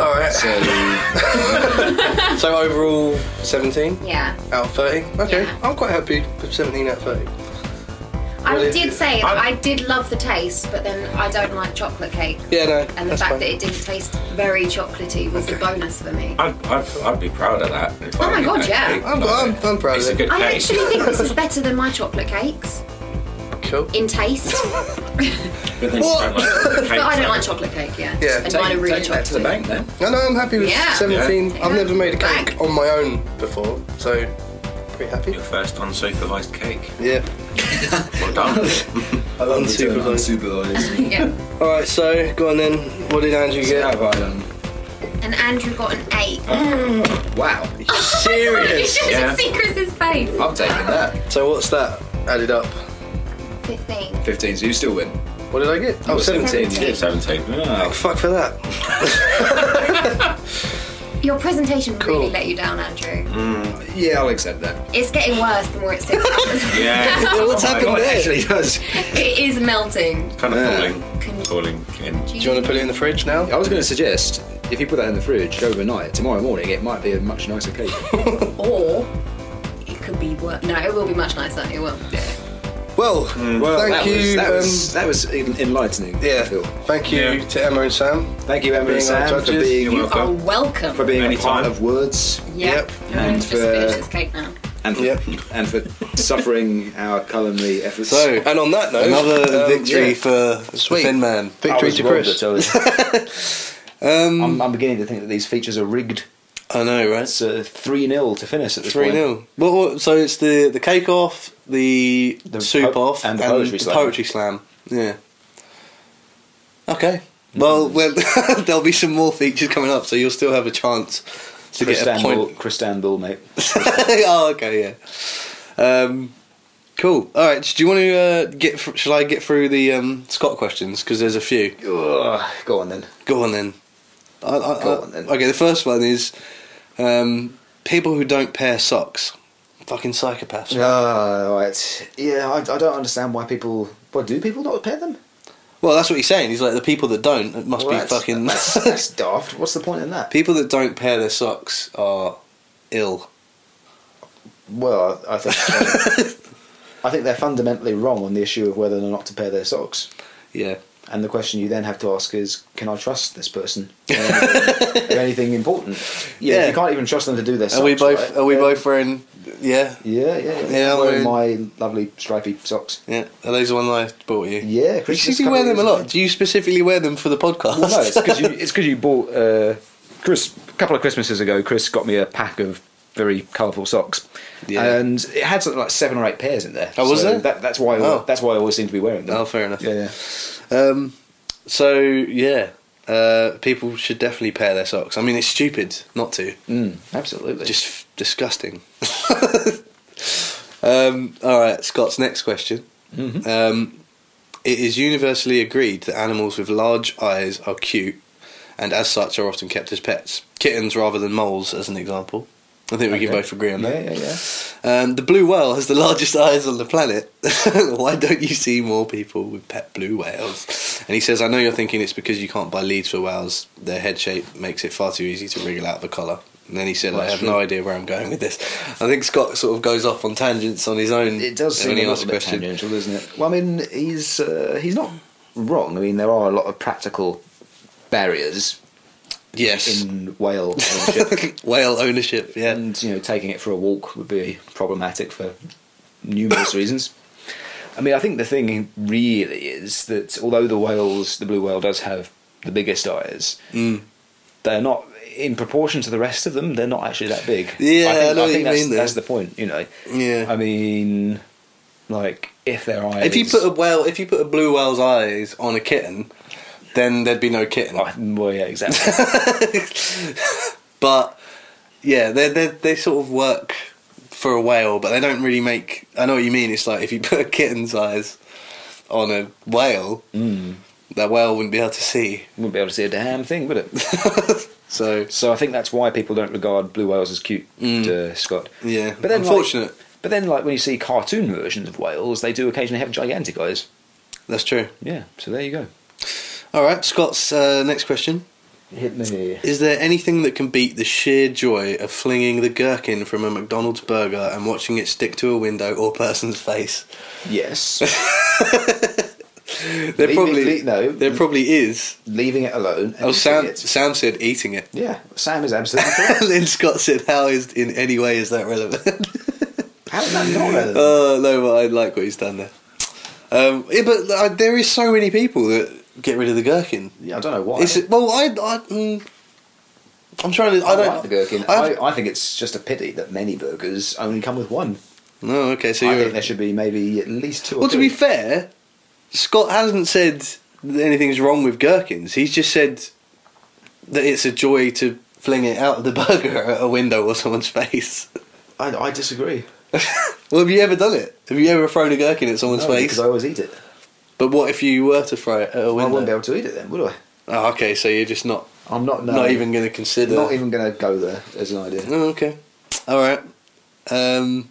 Speaker 2: All right. So, [LAUGHS]
Speaker 3: So,
Speaker 2: overall, 17
Speaker 5: Yeah.
Speaker 2: out of 30. Okay,
Speaker 5: Yeah.
Speaker 2: I'm quite happy with 17 out of 30.
Speaker 5: I
Speaker 2: Well, if
Speaker 5: did
Speaker 2: you-
Speaker 5: say that
Speaker 6: I-
Speaker 5: I did love the taste, but then I don't like chocolate cake.
Speaker 2: Yeah, no.
Speaker 5: And the
Speaker 2: that's
Speaker 5: fact
Speaker 2: fine.
Speaker 5: that it didn't taste very chocolatey was a bonus for me.
Speaker 6: I'd, I'd, I'd be proud of that. if
Speaker 5: Oh
Speaker 6: I
Speaker 5: my
Speaker 6: did
Speaker 5: God,
Speaker 6: that
Speaker 5: yeah.
Speaker 6: cake.
Speaker 2: I'm,
Speaker 6: Like,
Speaker 2: I'm, I'm proud
Speaker 6: It's a
Speaker 2: of it.
Speaker 6: good
Speaker 5: I
Speaker 6: cake.
Speaker 5: actually think
Speaker 2: [LAUGHS]
Speaker 5: this is better than my chocolate cakes
Speaker 2: Cool.
Speaker 5: in
Speaker 2: [LAUGHS]
Speaker 5: taste,
Speaker 6: But then you
Speaker 2: What?
Speaker 6: don't like chocolate cakes,
Speaker 5: [LAUGHS] but I don't like
Speaker 6: so-
Speaker 5: chocolate cake. Yeah.
Speaker 2: Yeah.
Speaker 5: And
Speaker 2: Take-
Speaker 5: mine are really
Speaker 3: take that to the
Speaker 5: chocolatey.
Speaker 3: bank then.
Speaker 2: No, no, I'm happy with
Speaker 5: Yeah.
Speaker 2: 17.
Speaker 5: Yeah.
Speaker 2: I've never made a
Speaker 5: Bang.
Speaker 2: cake on my own before, so pretty happy.
Speaker 6: Your first unsupervised cake.
Speaker 2: Yeah.
Speaker 6: Well
Speaker 5: [LAUGHS]
Speaker 6: done.
Speaker 3: I love the term
Speaker 2: Unsupervised.
Speaker 3: unsupervised.
Speaker 5: Yeah.
Speaker 2: All right, so go on then. What did Andrew
Speaker 3: How
Speaker 2: get?
Speaker 3: have I done?
Speaker 5: And Andrew got an eight.
Speaker 2: Oh,
Speaker 3: Wow,
Speaker 5: [LAUGHS] you
Speaker 2: Serious.
Speaker 5: should
Speaker 6: yeah.
Speaker 5: have seen Chris's face.
Speaker 2: Oh.
Speaker 3: I'm taking that.
Speaker 2: So what's that added up?
Speaker 5: Fifteen.
Speaker 3: 15, so you still win.
Speaker 2: What did I get? Oh,
Speaker 3: got
Speaker 2: 17.
Speaker 5: Seventeen.
Speaker 6: 17.
Speaker 2: Oh, fuck for that.
Speaker 5: Your presentation
Speaker 2: Cool. Mm.
Speaker 5: really let you down, Andrew.
Speaker 3: Yeah, I'll accept that.
Speaker 5: It's getting worse the more it sits.
Speaker 2: [LAUGHS]
Speaker 6: [LAUGHS] Yeah.
Speaker 2: What's
Speaker 3: Oh my
Speaker 2: happened
Speaker 3: God, it
Speaker 2: there?
Speaker 3: actually [LAUGHS] does.
Speaker 5: it is melting.
Speaker 6: kind of
Speaker 3: Yeah.
Speaker 6: falling, falling in.
Speaker 2: Do you want to put it in the fridge now?
Speaker 3: I was going to suggest if you put that in the fridge overnight, tomorrow morning it might be a much nicer [LAUGHS] cake.
Speaker 5: Or it could be worse. No, it will be much nicer. It will.
Speaker 2: Well,
Speaker 3: Mm. Well,
Speaker 2: thank
Speaker 3: that
Speaker 2: you.
Speaker 3: was that,
Speaker 2: um,
Speaker 3: was that was en- enlightening. I
Speaker 2: yeah,
Speaker 3: feel.
Speaker 2: thank you
Speaker 6: Yeah.
Speaker 2: to Emma and Sam.
Speaker 3: Thank you, Emma
Speaker 2: Being
Speaker 3: and Sam,
Speaker 2: our
Speaker 3: for
Speaker 2: judges.
Speaker 3: being
Speaker 6: You're
Speaker 5: You are welcome.
Speaker 3: for being a
Speaker 6: Anytime.
Speaker 3: part of words
Speaker 5: Yep.
Speaker 2: Yep.
Speaker 3: and
Speaker 5: Just finish this
Speaker 3: for
Speaker 5: cake now.
Speaker 3: and for,
Speaker 2: Yep.
Speaker 3: and for suffering our culinary efforts.
Speaker 2: So, and on that note, um,
Speaker 8: Another victory
Speaker 2: yeah.
Speaker 8: for
Speaker 2: Sweet.
Speaker 8: Thin Man.
Speaker 3: I
Speaker 2: Victory
Speaker 3: was
Speaker 2: to
Speaker 3: robbed
Speaker 2: Chris.
Speaker 3: at all. [LAUGHS]
Speaker 2: Um,
Speaker 3: I'm, I'm beginning to think that these features are rigged.
Speaker 8: I know, right?
Speaker 3: It's three 0 to finish at this
Speaker 8: Three
Speaker 3: point.
Speaker 8: 0 Well, well, so it's the the cake off, the,
Speaker 3: The
Speaker 8: soup
Speaker 3: po-
Speaker 8: off,
Speaker 3: and the poetry slam.
Speaker 8: poetry slam. Yeah. Okay.
Speaker 3: Mm-hmm.
Speaker 8: Well, well, [LAUGHS] there'll be some more features coming up, so you'll still have a chance to
Speaker 3: Chris
Speaker 8: get a
Speaker 3: Dan Bull,
Speaker 8: point. [LAUGHS]
Speaker 3: Chris Dan Bull, mate.
Speaker 8: oh, okay, yeah. Um, cool. All right. Do you want to uh, get? Fr- shall I get through the um, Scott questions? Because there's a few.
Speaker 3: Ugh, go on then.
Speaker 8: Go on then. I, I,
Speaker 3: Go
Speaker 8: I-
Speaker 3: on then.
Speaker 8: Okay, the first one is um, people who don't pair socks. Fucking psychopaths.
Speaker 3: Ah, right. Yeah, I, I don't understand why people. Why do people not pair them?
Speaker 8: Well, that's what he's saying. He's like the people that don't it must
Speaker 3: Well,
Speaker 8: be
Speaker 3: that's-
Speaker 8: fucking [LAUGHS]
Speaker 3: That's, that's daft. What's the point in that?
Speaker 8: people that don't pair their socks are ill.
Speaker 3: Well, I, I think I think they're fundamentally wrong on the issue of whether or not to pair their socks.
Speaker 8: Yeah.
Speaker 3: And the question you then have to ask is, can I trust this person? for anything-
Speaker 8: [LAUGHS]
Speaker 3: for anything important? Yeah,
Speaker 8: Yeah.
Speaker 3: you can't even trust them to do their.
Speaker 8: are we
Speaker 3: socks,
Speaker 8: both?
Speaker 3: right?
Speaker 8: Are we
Speaker 3: Yeah.
Speaker 8: both wearing? Yeah.
Speaker 3: Yeah, yeah, yeah.
Speaker 8: Yeah,
Speaker 3: I'm wearing
Speaker 8: we're-
Speaker 3: my lovely stripy socks.
Speaker 8: Yeah. Are those the ones I bought you?
Speaker 3: Yeah,
Speaker 8: You
Speaker 3: Christmas
Speaker 8: seem to wear
Speaker 3: couple
Speaker 8: them a
Speaker 3: years
Speaker 8: lot.
Speaker 3: ago.
Speaker 8: Do you specifically wear them for the podcast?
Speaker 3: Well, no, it's because you, it's 'cause you bought. Uh, Chris, a couple of Christmases ago, Chris got me a pack of very colourful socks,
Speaker 8: Yeah.
Speaker 3: and it had something like seven or eight pairs in there.
Speaker 8: Oh, was
Speaker 3: so
Speaker 8: there?
Speaker 3: That, that's why. I,
Speaker 8: Oh.
Speaker 3: That's why I always seem to be wearing them.
Speaker 8: Oh, fair enough.
Speaker 3: Yeah, yeah.
Speaker 8: [LAUGHS] Um, so yeah, uh, people should definitely pair their socks. I mean, it's stupid not to.
Speaker 3: Mm, absolutely.
Speaker 8: Just f- disgusting. [LAUGHS] um, all right, Scott's next question.
Speaker 3: Mm-hmm.
Speaker 8: Um, it is universally agreed that animals with large eyes are cute, and as such are often kept as pets. Kittens rather than moles, as an example. I think we can
Speaker 3: Okay.
Speaker 8: both agree on
Speaker 3: yeah,
Speaker 8: that.
Speaker 3: yeah, yeah.
Speaker 8: Um, the blue whale has the largest eyes on the
Speaker 2: [LAUGHS]
Speaker 8: planet. Why don't you see more people with pet blue whales? And he says, I know you're thinking it's because you can't buy leads for whales. Their head shape makes it far too easy to wriggle out of the collar.
Speaker 2: And then he said, I
Speaker 3: That's
Speaker 2: have
Speaker 3: true.
Speaker 2: no idea where I'm going with this. I think Scott sort of goes off on tangents on his own.
Speaker 3: It does seem
Speaker 2: when
Speaker 3: a
Speaker 2: he
Speaker 3: little
Speaker 2: asks
Speaker 3: bit tangential, doesn't it? Well, I mean, he's uh, he's not wrong. I mean, there are a lot of practical barriers
Speaker 8: [LAUGHS]
Speaker 2: Yes.
Speaker 3: in whale ownership,
Speaker 2: Whale ownership, yeah.
Speaker 3: and you know, taking it for a walk would be problematic for
Speaker 2: [COUGHS]
Speaker 3: numerous reasons. I mean, I think the thing really is that although the whales, the blue whale, does have the biggest eyes,
Speaker 2: Mm.
Speaker 3: they're not in proportion to the rest of them. They're not actually that big.
Speaker 2: Yeah, I know what you
Speaker 3: that's,
Speaker 2: mean there.
Speaker 3: that's the point. You know.
Speaker 2: Yeah.
Speaker 3: I mean, like if their eyes.
Speaker 2: If you put
Speaker 3: [LAUGHS]
Speaker 2: a whale, if you put a blue whale's eyes on a kitten, then there'd be no kitten.
Speaker 3: Oh, well, yeah, exactly.
Speaker 2: [LAUGHS] But yeah, they they they sort of work for a whale, but they don't really make. I know what you mean. It's like if you [LAUGHS] put a kitten's eyes on a whale,
Speaker 3: Mm.
Speaker 2: that whale wouldn't be able to see. [LAUGHS]
Speaker 3: Wouldn't be able to see a damn thing, would it?
Speaker 2: So
Speaker 3: So I think that's why people don't regard blue whales as cute, uh, Scott.
Speaker 2: Mm. yeah,
Speaker 3: But then,
Speaker 2: unfortunate.
Speaker 3: Like, but then, like when you see cartoon versions of whales, they do occasionally have gigantic eyes.
Speaker 2: That's true.
Speaker 3: Yeah. So there you go.
Speaker 2: All right, Scott's uh, next question.
Speaker 3: Hit me.
Speaker 2: Is there anything that can beat the sheer joy of flinging the gherkin from a McDonald's burger and watching it stick to a window or person's face?
Speaker 3: [LAUGHS] Yes.
Speaker 2: There
Speaker 3: Leave
Speaker 2: probably
Speaker 3: it- leave- no.
Speaker 2: There probably is.
Speaker 3: Leaving it alone. and
Speaker 2: Oh, Sam.
Speaker 3: eating it.
Speaker 2: Sam said eating it.
Speaker 3: Yeah, Sam is [LAUGHS] absolutely
Speaker 2: [LAUGHS]
Speaker 3: correct.
Speaker 2: And then Scott said, "How is in any way is that relevant?" [LAUGHS]
Speaker 3: How is that not uh, relevant?
Speaker 2: oh no, but I like what he's done there. Um, yeah, but uh, there is so many people that get rid of the gherkin.
Speaker 3: yeah, I don't know why.
Speaker 2: It's, well, I, I mm, I'm trying to. I,
Speaker 3: I
Speaker 2: don't
Speaker 3: like the gherkin. I,
Speaker 2: I've-
Speaker 3: I think it's just a pity that many burgers only come with one.
Speaker 2: no, okay. So
Speaker 3: I
Speaker 2: you're.
Speaker 3: think there should be maybe at least two.
Speaker 2: well,
Speaker 3: or
Speaker 2: to
Speaker 3: three.
Speaker 2: be fair, Scott hasn't said that anything's wrong with gherkins. He's just said that it's a joy to fling it out of the [LAUGHS] burger at a window or someone's face.
Speaker 3: I, I disagree.
Speaker 2: Well, have you ever done it? Have you ever thrown a gherkin at someone's
Speaker 3: No,
Speaker 2: face?
Speaker 3: because I always eat it.
Speaker 2: But what if you were to throw it at a
Speaker 3: I wouldn't be
Speaker 2: window?
Speaker 3: able to eat it then, would I?
Speaker 2: Oh, okay, so you're just not
Speaker 3: I'm not. No,
Speaker 2: not even going to consider.
Speaker 3: Not even going to go there as an idea.
Speaker 2: Oh, okay, all right. Um,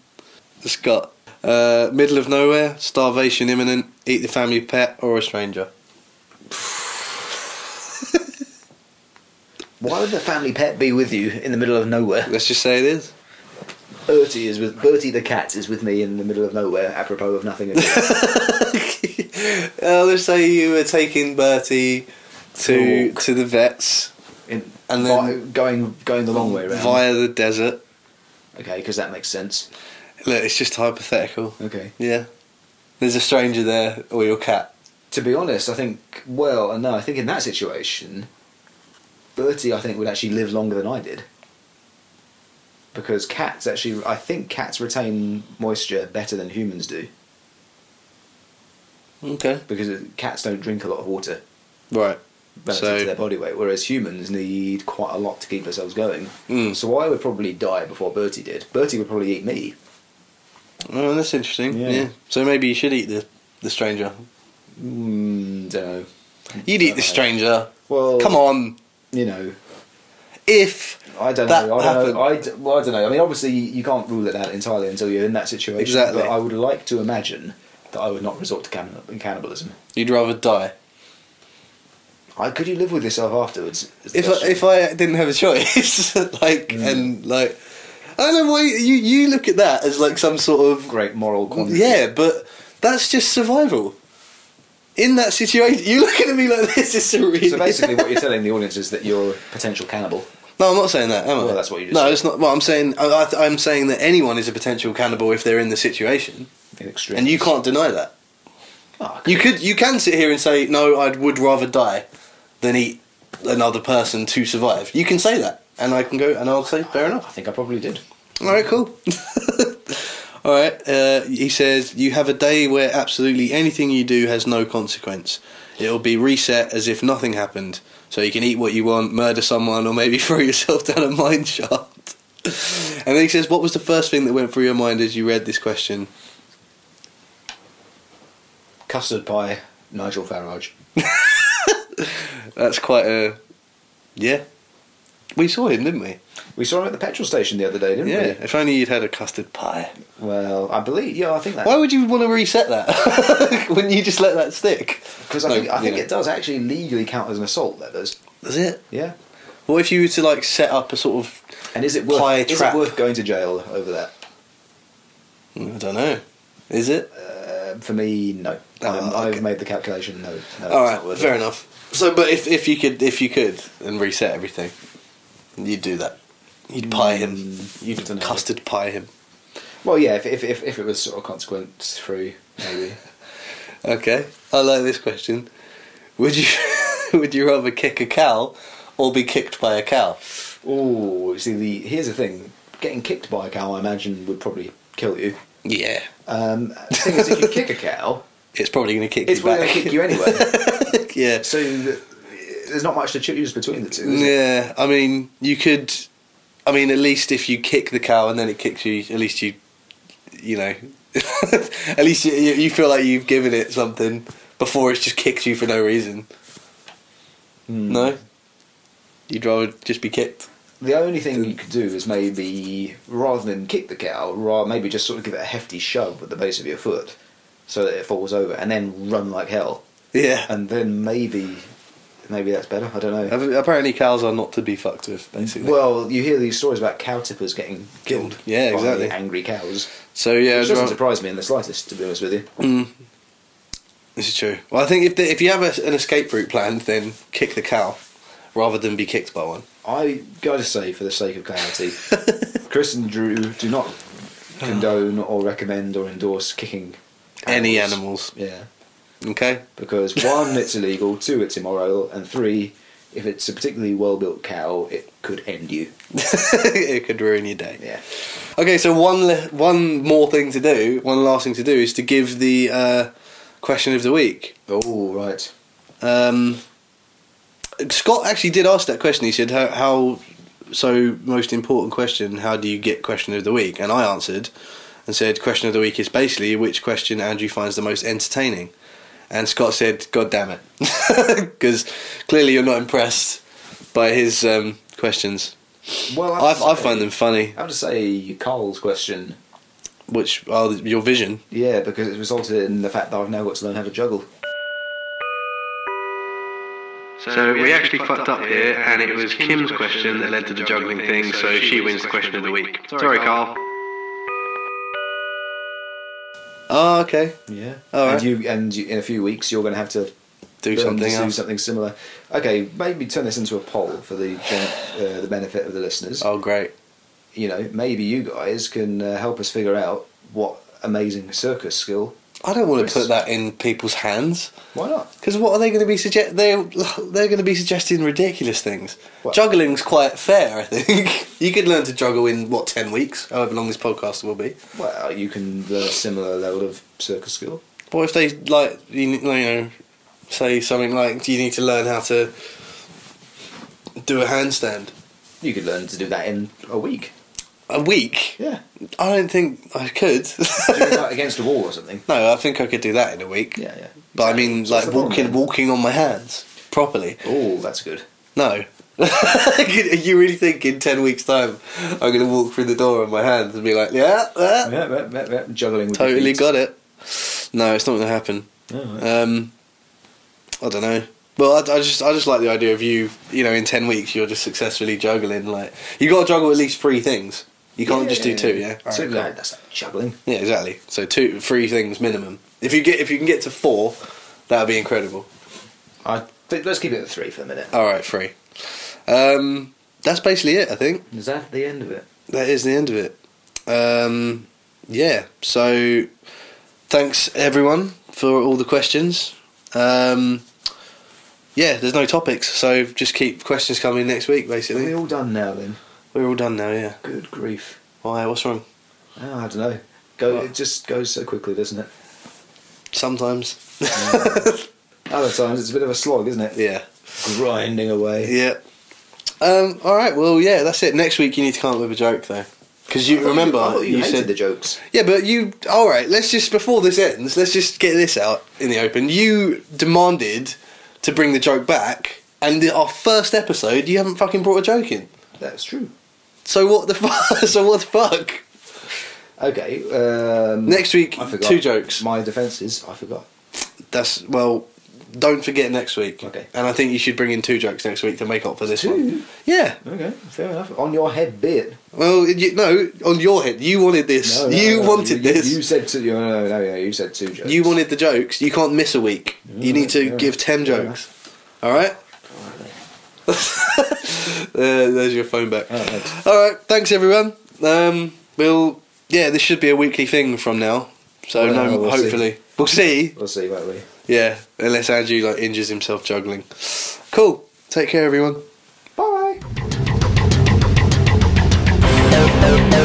Speaker 2: Scott, uh, middle of nowhere, starvation imminent. Eat the family pet or a stranger.
Speaker 3: Why would the family pet be with you in the middle of nowhere?
Speaker 2: Let's just say it is. [LAUGHS]
Speaker 3: Bertie is with Bertie the cat is with me in the middle of nowhere, apropos of nothing. At [LAUGHS] all.
Speaker 2: Uh, let's say you were taking Bertie
Speaker 3: To a
Speaker 2: to
Speaker 3: walk.
Speaker 2: to the vets
Speaker 3: In,
Speaker 2: And
Speaker 3: and
Speaker 2: then-
Speaker 3: then going going the long way round.
Speaker 2: via the desert.
Speaker 3: Okay, because that makes sense.
Speaker 2: Look, it's just hypothetical.
Speaker 3: Okay.
Speaker 2: Yeah, there's a stranger there or your cat.
Speaker 3: To be honest, I think well, no, I think in that situation, Bertie I think would actually live longer than I did. Because cats actually, I think cats retain moisture better than humans do.
Speaker 2: Okay,
Speaker 3: Because it- cats don't drink a lot of water.
Speaker 2: right.
Speaker 3: relative
Speaker 2: So-
Speaker 3: to their body weight, whereas humans need quite a lot to keep ourselves going.
Speaker 2: Mm.
Speaker 3: So I would probably die before Bertie did. Bertie would probably eat me.
Speaker 2: Oh, that's interesting. Yeah.
Speaker 3: Yeah.
Speaker 2: So maybe you should eat the the stranger.
Speaker 3: Mm, don't know.
Speaker 2: You'd eat the stranger.
Speaker 3: Well,
Speaker 2: Come on.
Speaker 3: You know,
Speaker 2: If
Speaker 3: I don't
Speaker 2: That
Speaker 3: know. I don't
Speaker 2: happened.
Speaker 3: know. I d- well, I don't know. I mean, obviously, you can't rule it out entirely until you're in that situation.
Speaker 2: Exactly.
Speaker 3: But I would like to imagine that I would not resort to cannibal- cannibalism.
Speaker 2: you'd rather die.
Speaker 3: I, could you live with yourself afterwards? is the
Speaker 2: If I,
Speaker 3: question.
Speaker 2: if I didn't have a choice, [LAUGHS] like
Speaker 3: Mm.
Speaker 2: and like, I don't know why you you look at that as like some sort of
Speaker 3: great moral
Speaker 2: [LAUGHS]
Speaker 3: quandary.
Speaker 2: yeah, but that's just survival. In that situation, you looking at me like [LAUGHS] this is surreal.
Speaker 3: So basically, what you're telling the audience is that you're a potential cannibal.
Speaker 2: [LAUGHS] no, I'm not saying that, am I?
Speaker 3: Well, that's what you just
Speaker 2: No,
Speaker 3: said.
Speaker 2: it's not. Well, I'm saying I, I, I'm saying that anyone is a potential cannibal if they're in the situation,
Speaker 3: In extreme.
Speaker 2: and you can't deny that.
Speaker 3: Oh,
Speaker 2: You could you can sit here and say no, I would rather die than eat another person to survive. You can say that, and I can go and I'll say fair
Speaker 3: I
Speaker 2: enough.
Speaker 3: think I probably did.
Speaker 2: All right, cool. [LAUGHS] All right, uh, he says you have a day where absolutely anything you do has no consequence. It'll be reset as if nothing happened, so you can eat what you want, murder someone, or maybe [LAUGHS] throw yourself down a mine shaft. And then he says, "What was the first thing that went through your mind as you read this question?"
Speaker 3: Custard pie, Nigel Farage.
Speaker 2: That's quite a yeah. We saw him, didn't we?
Speaker 3: We saw him at the petrol station the other day, didn't
Speaker 2: Yeah,
Speaker 3: we?
Speaker 2: if only you'd had a custard pie.
Speaker 3: Well, I believe. Yeah, I think that.
Speaker 2: Why would you want to reset that? [LAUGHS] Wouldn't you just let that stick?
Speaker 3: Because I
Speaker 2: No,
Speaker 3: think, I think
Speaker 2: yeah.
Speaker 3: it does actually legally count as an assault. That does.
Speaker 2: Is it?
Speaker 3: Yeah.
Speaker 2: What if you were to like set up a sort of
Speaker 3: And is it
Speaker 2: Pie
Speaker 3: worth, is it
Speaker 2: trap.
Speaker 3: worth going to jail over that?
Speaker 2: I don't know. Is it?
Speaker 3: Um, for me, no.
Speaker 2: Oh,
Speaker 3: Um,
Speaker 2: okay.
Speaker 3: I've made the calculation. No, no it's
Speaker 2: All
Speaker 3: not
Speaker 2: right,
Speaker 3: worth
Speaker 2: fair
Speaker 3: it.
Speaker 2: enough. So, but if, if you could if you could and reset everything, you'd do that. You'd pie him. You'd
Speaker 3: dunno.
Speaker 2: custard pie him.
Speaker 3: Well, yeah, if, if, if, if it was sort of consequence free,
Speaker 2: [LAUGHS]
Speaker 3: maybe.
Speaker 2: Okay, I like this question. Would you [LAUGHS] would you rather kick a cow or be kicked by a cow?
Speaker 3: Ooh, see, the here's the thing: getting kicked by a cow, I imagine, would probably kill you.
Speaker 2: Yeah,
Speaker 3: Um, the thing is, if you kick a cow,
Speaker 2: [LAUGHS] it's probably going to kick
Speaker 3: it's
Speaker 2: you back.
Speaker 3: probably going to kick you
Speaker 2: [LAUGHS]
Speaker 3: anyway.
Speaker 2: yeah,
Speaker 3: so th- there's not much to choose between the two. Is it?
Speaker 2: yeah. I mean, you could. I mean, at least if you kick the cow and then it kicks you, at least you, you know, [LAUGHS] at least you, you you feel like you've given it something before it's just kicked you for no reason.
Speaker 3: Hmm.
Speaker 2: No, you'd rather just be kicked.
Speaker 3: The only thing you could do is maybe rather than kick the cow, ra maybe just sort of give it a hefty shove with the base of your foot, so that it falls over, and then run like hell,
Speaker 2: Yeah.
Speaker 3: and then maybe, maybe that's better. I don't know.
Speaker 2: Apparently, cows are not to be fucked with. Basically.
Speaker 3: Well, you hear these stories about cow tippers getting killed.
Speaker 2: Yeah,
Speaker 3: by
Speaker 2: exactly.
Speaker 3: Angry cows.
Speaker 2: so yeah,
Speaker 3: Which
Speaker 2: I'd
Speaker 3: doesn't
Speaker 2: rather-
Speaker 3: surprise me in the slightest, to be honest with you.
Speaker 2: This is true. Well, I think if the, if you have a, an escape route planned, then kick the cow rather than be kicked by one.
Speaker 3: I gotta say, for the sake
Speaker 2: [LAUGHS]
Speaker 3: of clarity, Chris and Drew
Speaker 2: [SIGHS]
Speaker 3: do not condone or recommend or endorse kicking
Speaker 2: Any animals.
Speaker 3: Yeah,
Speaker 2: Okay. [LAUGHS]
Speaker 3: because one, it's illegal. Two, it's immoral. And three, if it's a particularly well-built cow, it could end you.
Speaker 2: it could ruin your day.
Speaker 3: Yeah.
Speaker 2: Okay, so one le- one more thing to do, one last thing to do is to give the uh, question of the week.
Speaker 3: Oh right.
Speaker 2: Um, Scott actually did ask that question. He said, "How, how so most important question? How do you get question of the week?" And I answered and said, "Question of the week is basically which question Andrew finds the most entertaining." And Scott said, "God damn it," [LAUGHS] because clearly you're not impressed by his um, questions.
Speaker 3: Well,
Speaker 2: I,
Speaker 3: have to
Speaker 2: I
Speaker 3: say-
Speaker 2: find them funny.
Speaker 3: I have to say, Carl's question.
Speaker 2: Which are your vision?
Speaker 3: Yeah, because it's resulted in the fact that I've now got to learn how to juggle.
Speaker 9: So we actually fucked up here, and it was Kim's question that led to the juggling thing, so she wins the question of the week. Sorry, Carl.
Speaker 2: Oh, okay.
Speaker 3: Yeah.
Speaker 2: All right.
Speaker 3: And you and you, in a few weeks you're going to have to
Speaker 2: Do
Speaker 3: learn to
Speaker 2: something
Speaker 3: do
Speaker 2: else.
Speaker 3: something similar. Okay, maybe turn this into a poll for the gen- uh, the benefit of the listeners.
Speaker 2: Oh, great.
Speaker 3: You know, maybe you guys can uh, help us figure out what amazing circus skill.
Speaker 2: I don't want to
Speaker 3: Chris.
Speaker 2: put that in people's hands.
Speaker 3: Why not?
Speaker 2: Because what are they going to be suggest? They [SIGHS] they're going to be suggesting ridiculous things.
Speaker 3: What?
Speaker 2: Juggling's quite fair, I think. [LAUGHS] you could learn to juggle in what ten weeks, however long this podcast will be.
Speaker 3: Well, you can learn a similar level of circus skill.
Speaker 2: What if they like you, kn- you know say something like, "Do you need to learn how to do a handstand?"
Speaker 3: You could learn to do that in a week.
Speaker 2: A week?
Speaker 3: Yeah,
Speaker 2: I don't think I could. [LAUGHS]
Speaker 3: Doing that against a wall or something.
Speaker 2: no, I think I could do that in a week.
Speaker 3: [LAUGHS] Yeah, yeah.
Speaker 2: But I mean,
Speaker 3: So
Speaker 2: like
Speaker 3: what's the problem
Speaker 2: walking
Speaker 3: then?
Speaker 2: walking on my hands properly.
Speaker 3: Oh, that's good.
Speaker 2: No. [LAUGHS] you really think in 10 weeks' time I'm going to walk through the door on my hands and be like, yeah, yeah,
Speaker 3: Yeah, yeah, yeah, yeah. Juggling with your
Speaker 2: totally
Speaker 3: feet.
Speaker 2: got it. No, it's not going to happen. Um, I don't know. Well, I, I just I just like the idea of you, you know, in 10 weeks you're just successfully juggling. Like, you got to juggle at least three things. You can't just do two, yeah?
Speaker 3: Two,
Speaker 2: Alright,
Speaker 3: no,
Speaker 2: cool.
Speaker 3: that's not juggling.
Speaker 2: Yeah, exactly. So two, three things minimum. If you get, if you can get to four, that would be incredible.
Speaker 3: I think let's keep it at three for a minute.
Speaker 2: All right, three. Um, that's basically it, I think.
Speaker 3: Is that the end of it?
Speaker 2: that is the end of it. Um, yeah. So, thanks everyone for all the questions. Um, yeah, there's no topics, so just keep questions coming next week.
Speaker 3: Are we
Speaker 2: Basically,
Speaker 3: all done now then?
Speaker 2: we're all done now. Yeah.
Speaker 3: Good grief.
Speaker 2: Why? What's wrong?
Speaker 3: Oh, I don't know. Go.
Speaker 2: What?
Speaker 3: It just goes so quickly, doesn't it?
Speaker 2: Sometimes.
Speaker 3: Other times it's a bit of a slog, isn't it?
Speaker 2: Yeah.
Speaker 3: Grinding away.
Speaker 2: Yeah. Um, all right. Well, yeah. That's it. Next week you need to come up with a joke though, because you remember
Speaker 3: I thought you, hated
Speaker 2: said
Speaker 3: the jokes.
Speaker 2: Yeah, but you. All right, let's just before this ends, let's just get this out in the open. You demanded to bring the joke back, and the, our first episode, you haven't fucking brought a joke in.
Speaker 3: That's true.
Speaker 2: So what the [LAUGHS] fuck? so what the fuck?
Speaker 3: Okay. Um,
Speaker 2: Next week,
Speaker 3: I forgot.
Speaker 2: two jokes.
Speaker 3: My defence is I forgot.
Speaker 2: That's well. Don't forget next week.
Speaker 3: Okay.
Speaker 2: And I think you should bring in two jokes next week to make up for this
Speaker 3: Two?
Speaker 2: one. Yeah.
Speaker 3: Okay, fair enough. On your head, be it.
Speaker 2: Well, you, no, on your head. You wanted this.
Speaker 3: No, no,
Speaker 2: you
Speaker 3: no, no,
Speaker 2: wanted
Speaker 3: you,
Speaker 2: this.
Speaker 3: You, said two. No, no, no, no, you said two jokes. Mm,
Speaker 2: You wanted the jokes. You can't miss a week. you need to
Speaker 3: yeah.
Speaker 2: give ten
Speaker 3: Yeah.
Speaker 2: jokes. All right. [LAUGHS] There- there's your phone back.
Speaker 3: Oh, thanks.
Speaker 2: All right. Thanks, everyone. Um, we'll. Yeah, this should be a weekly thing from now. So
Speaker 3: Well,
Speaker 2: no,
Speaker 3: we'll see.
Speaker 2: hopefully we'll see.
Speaker 3: We'll see, won't we?
Speaker 2: Yeah, unless Andrew like injures himself juggling. Cool. Take care, everyone.
Speaker 3: Bye.
Speaker 10: Bye.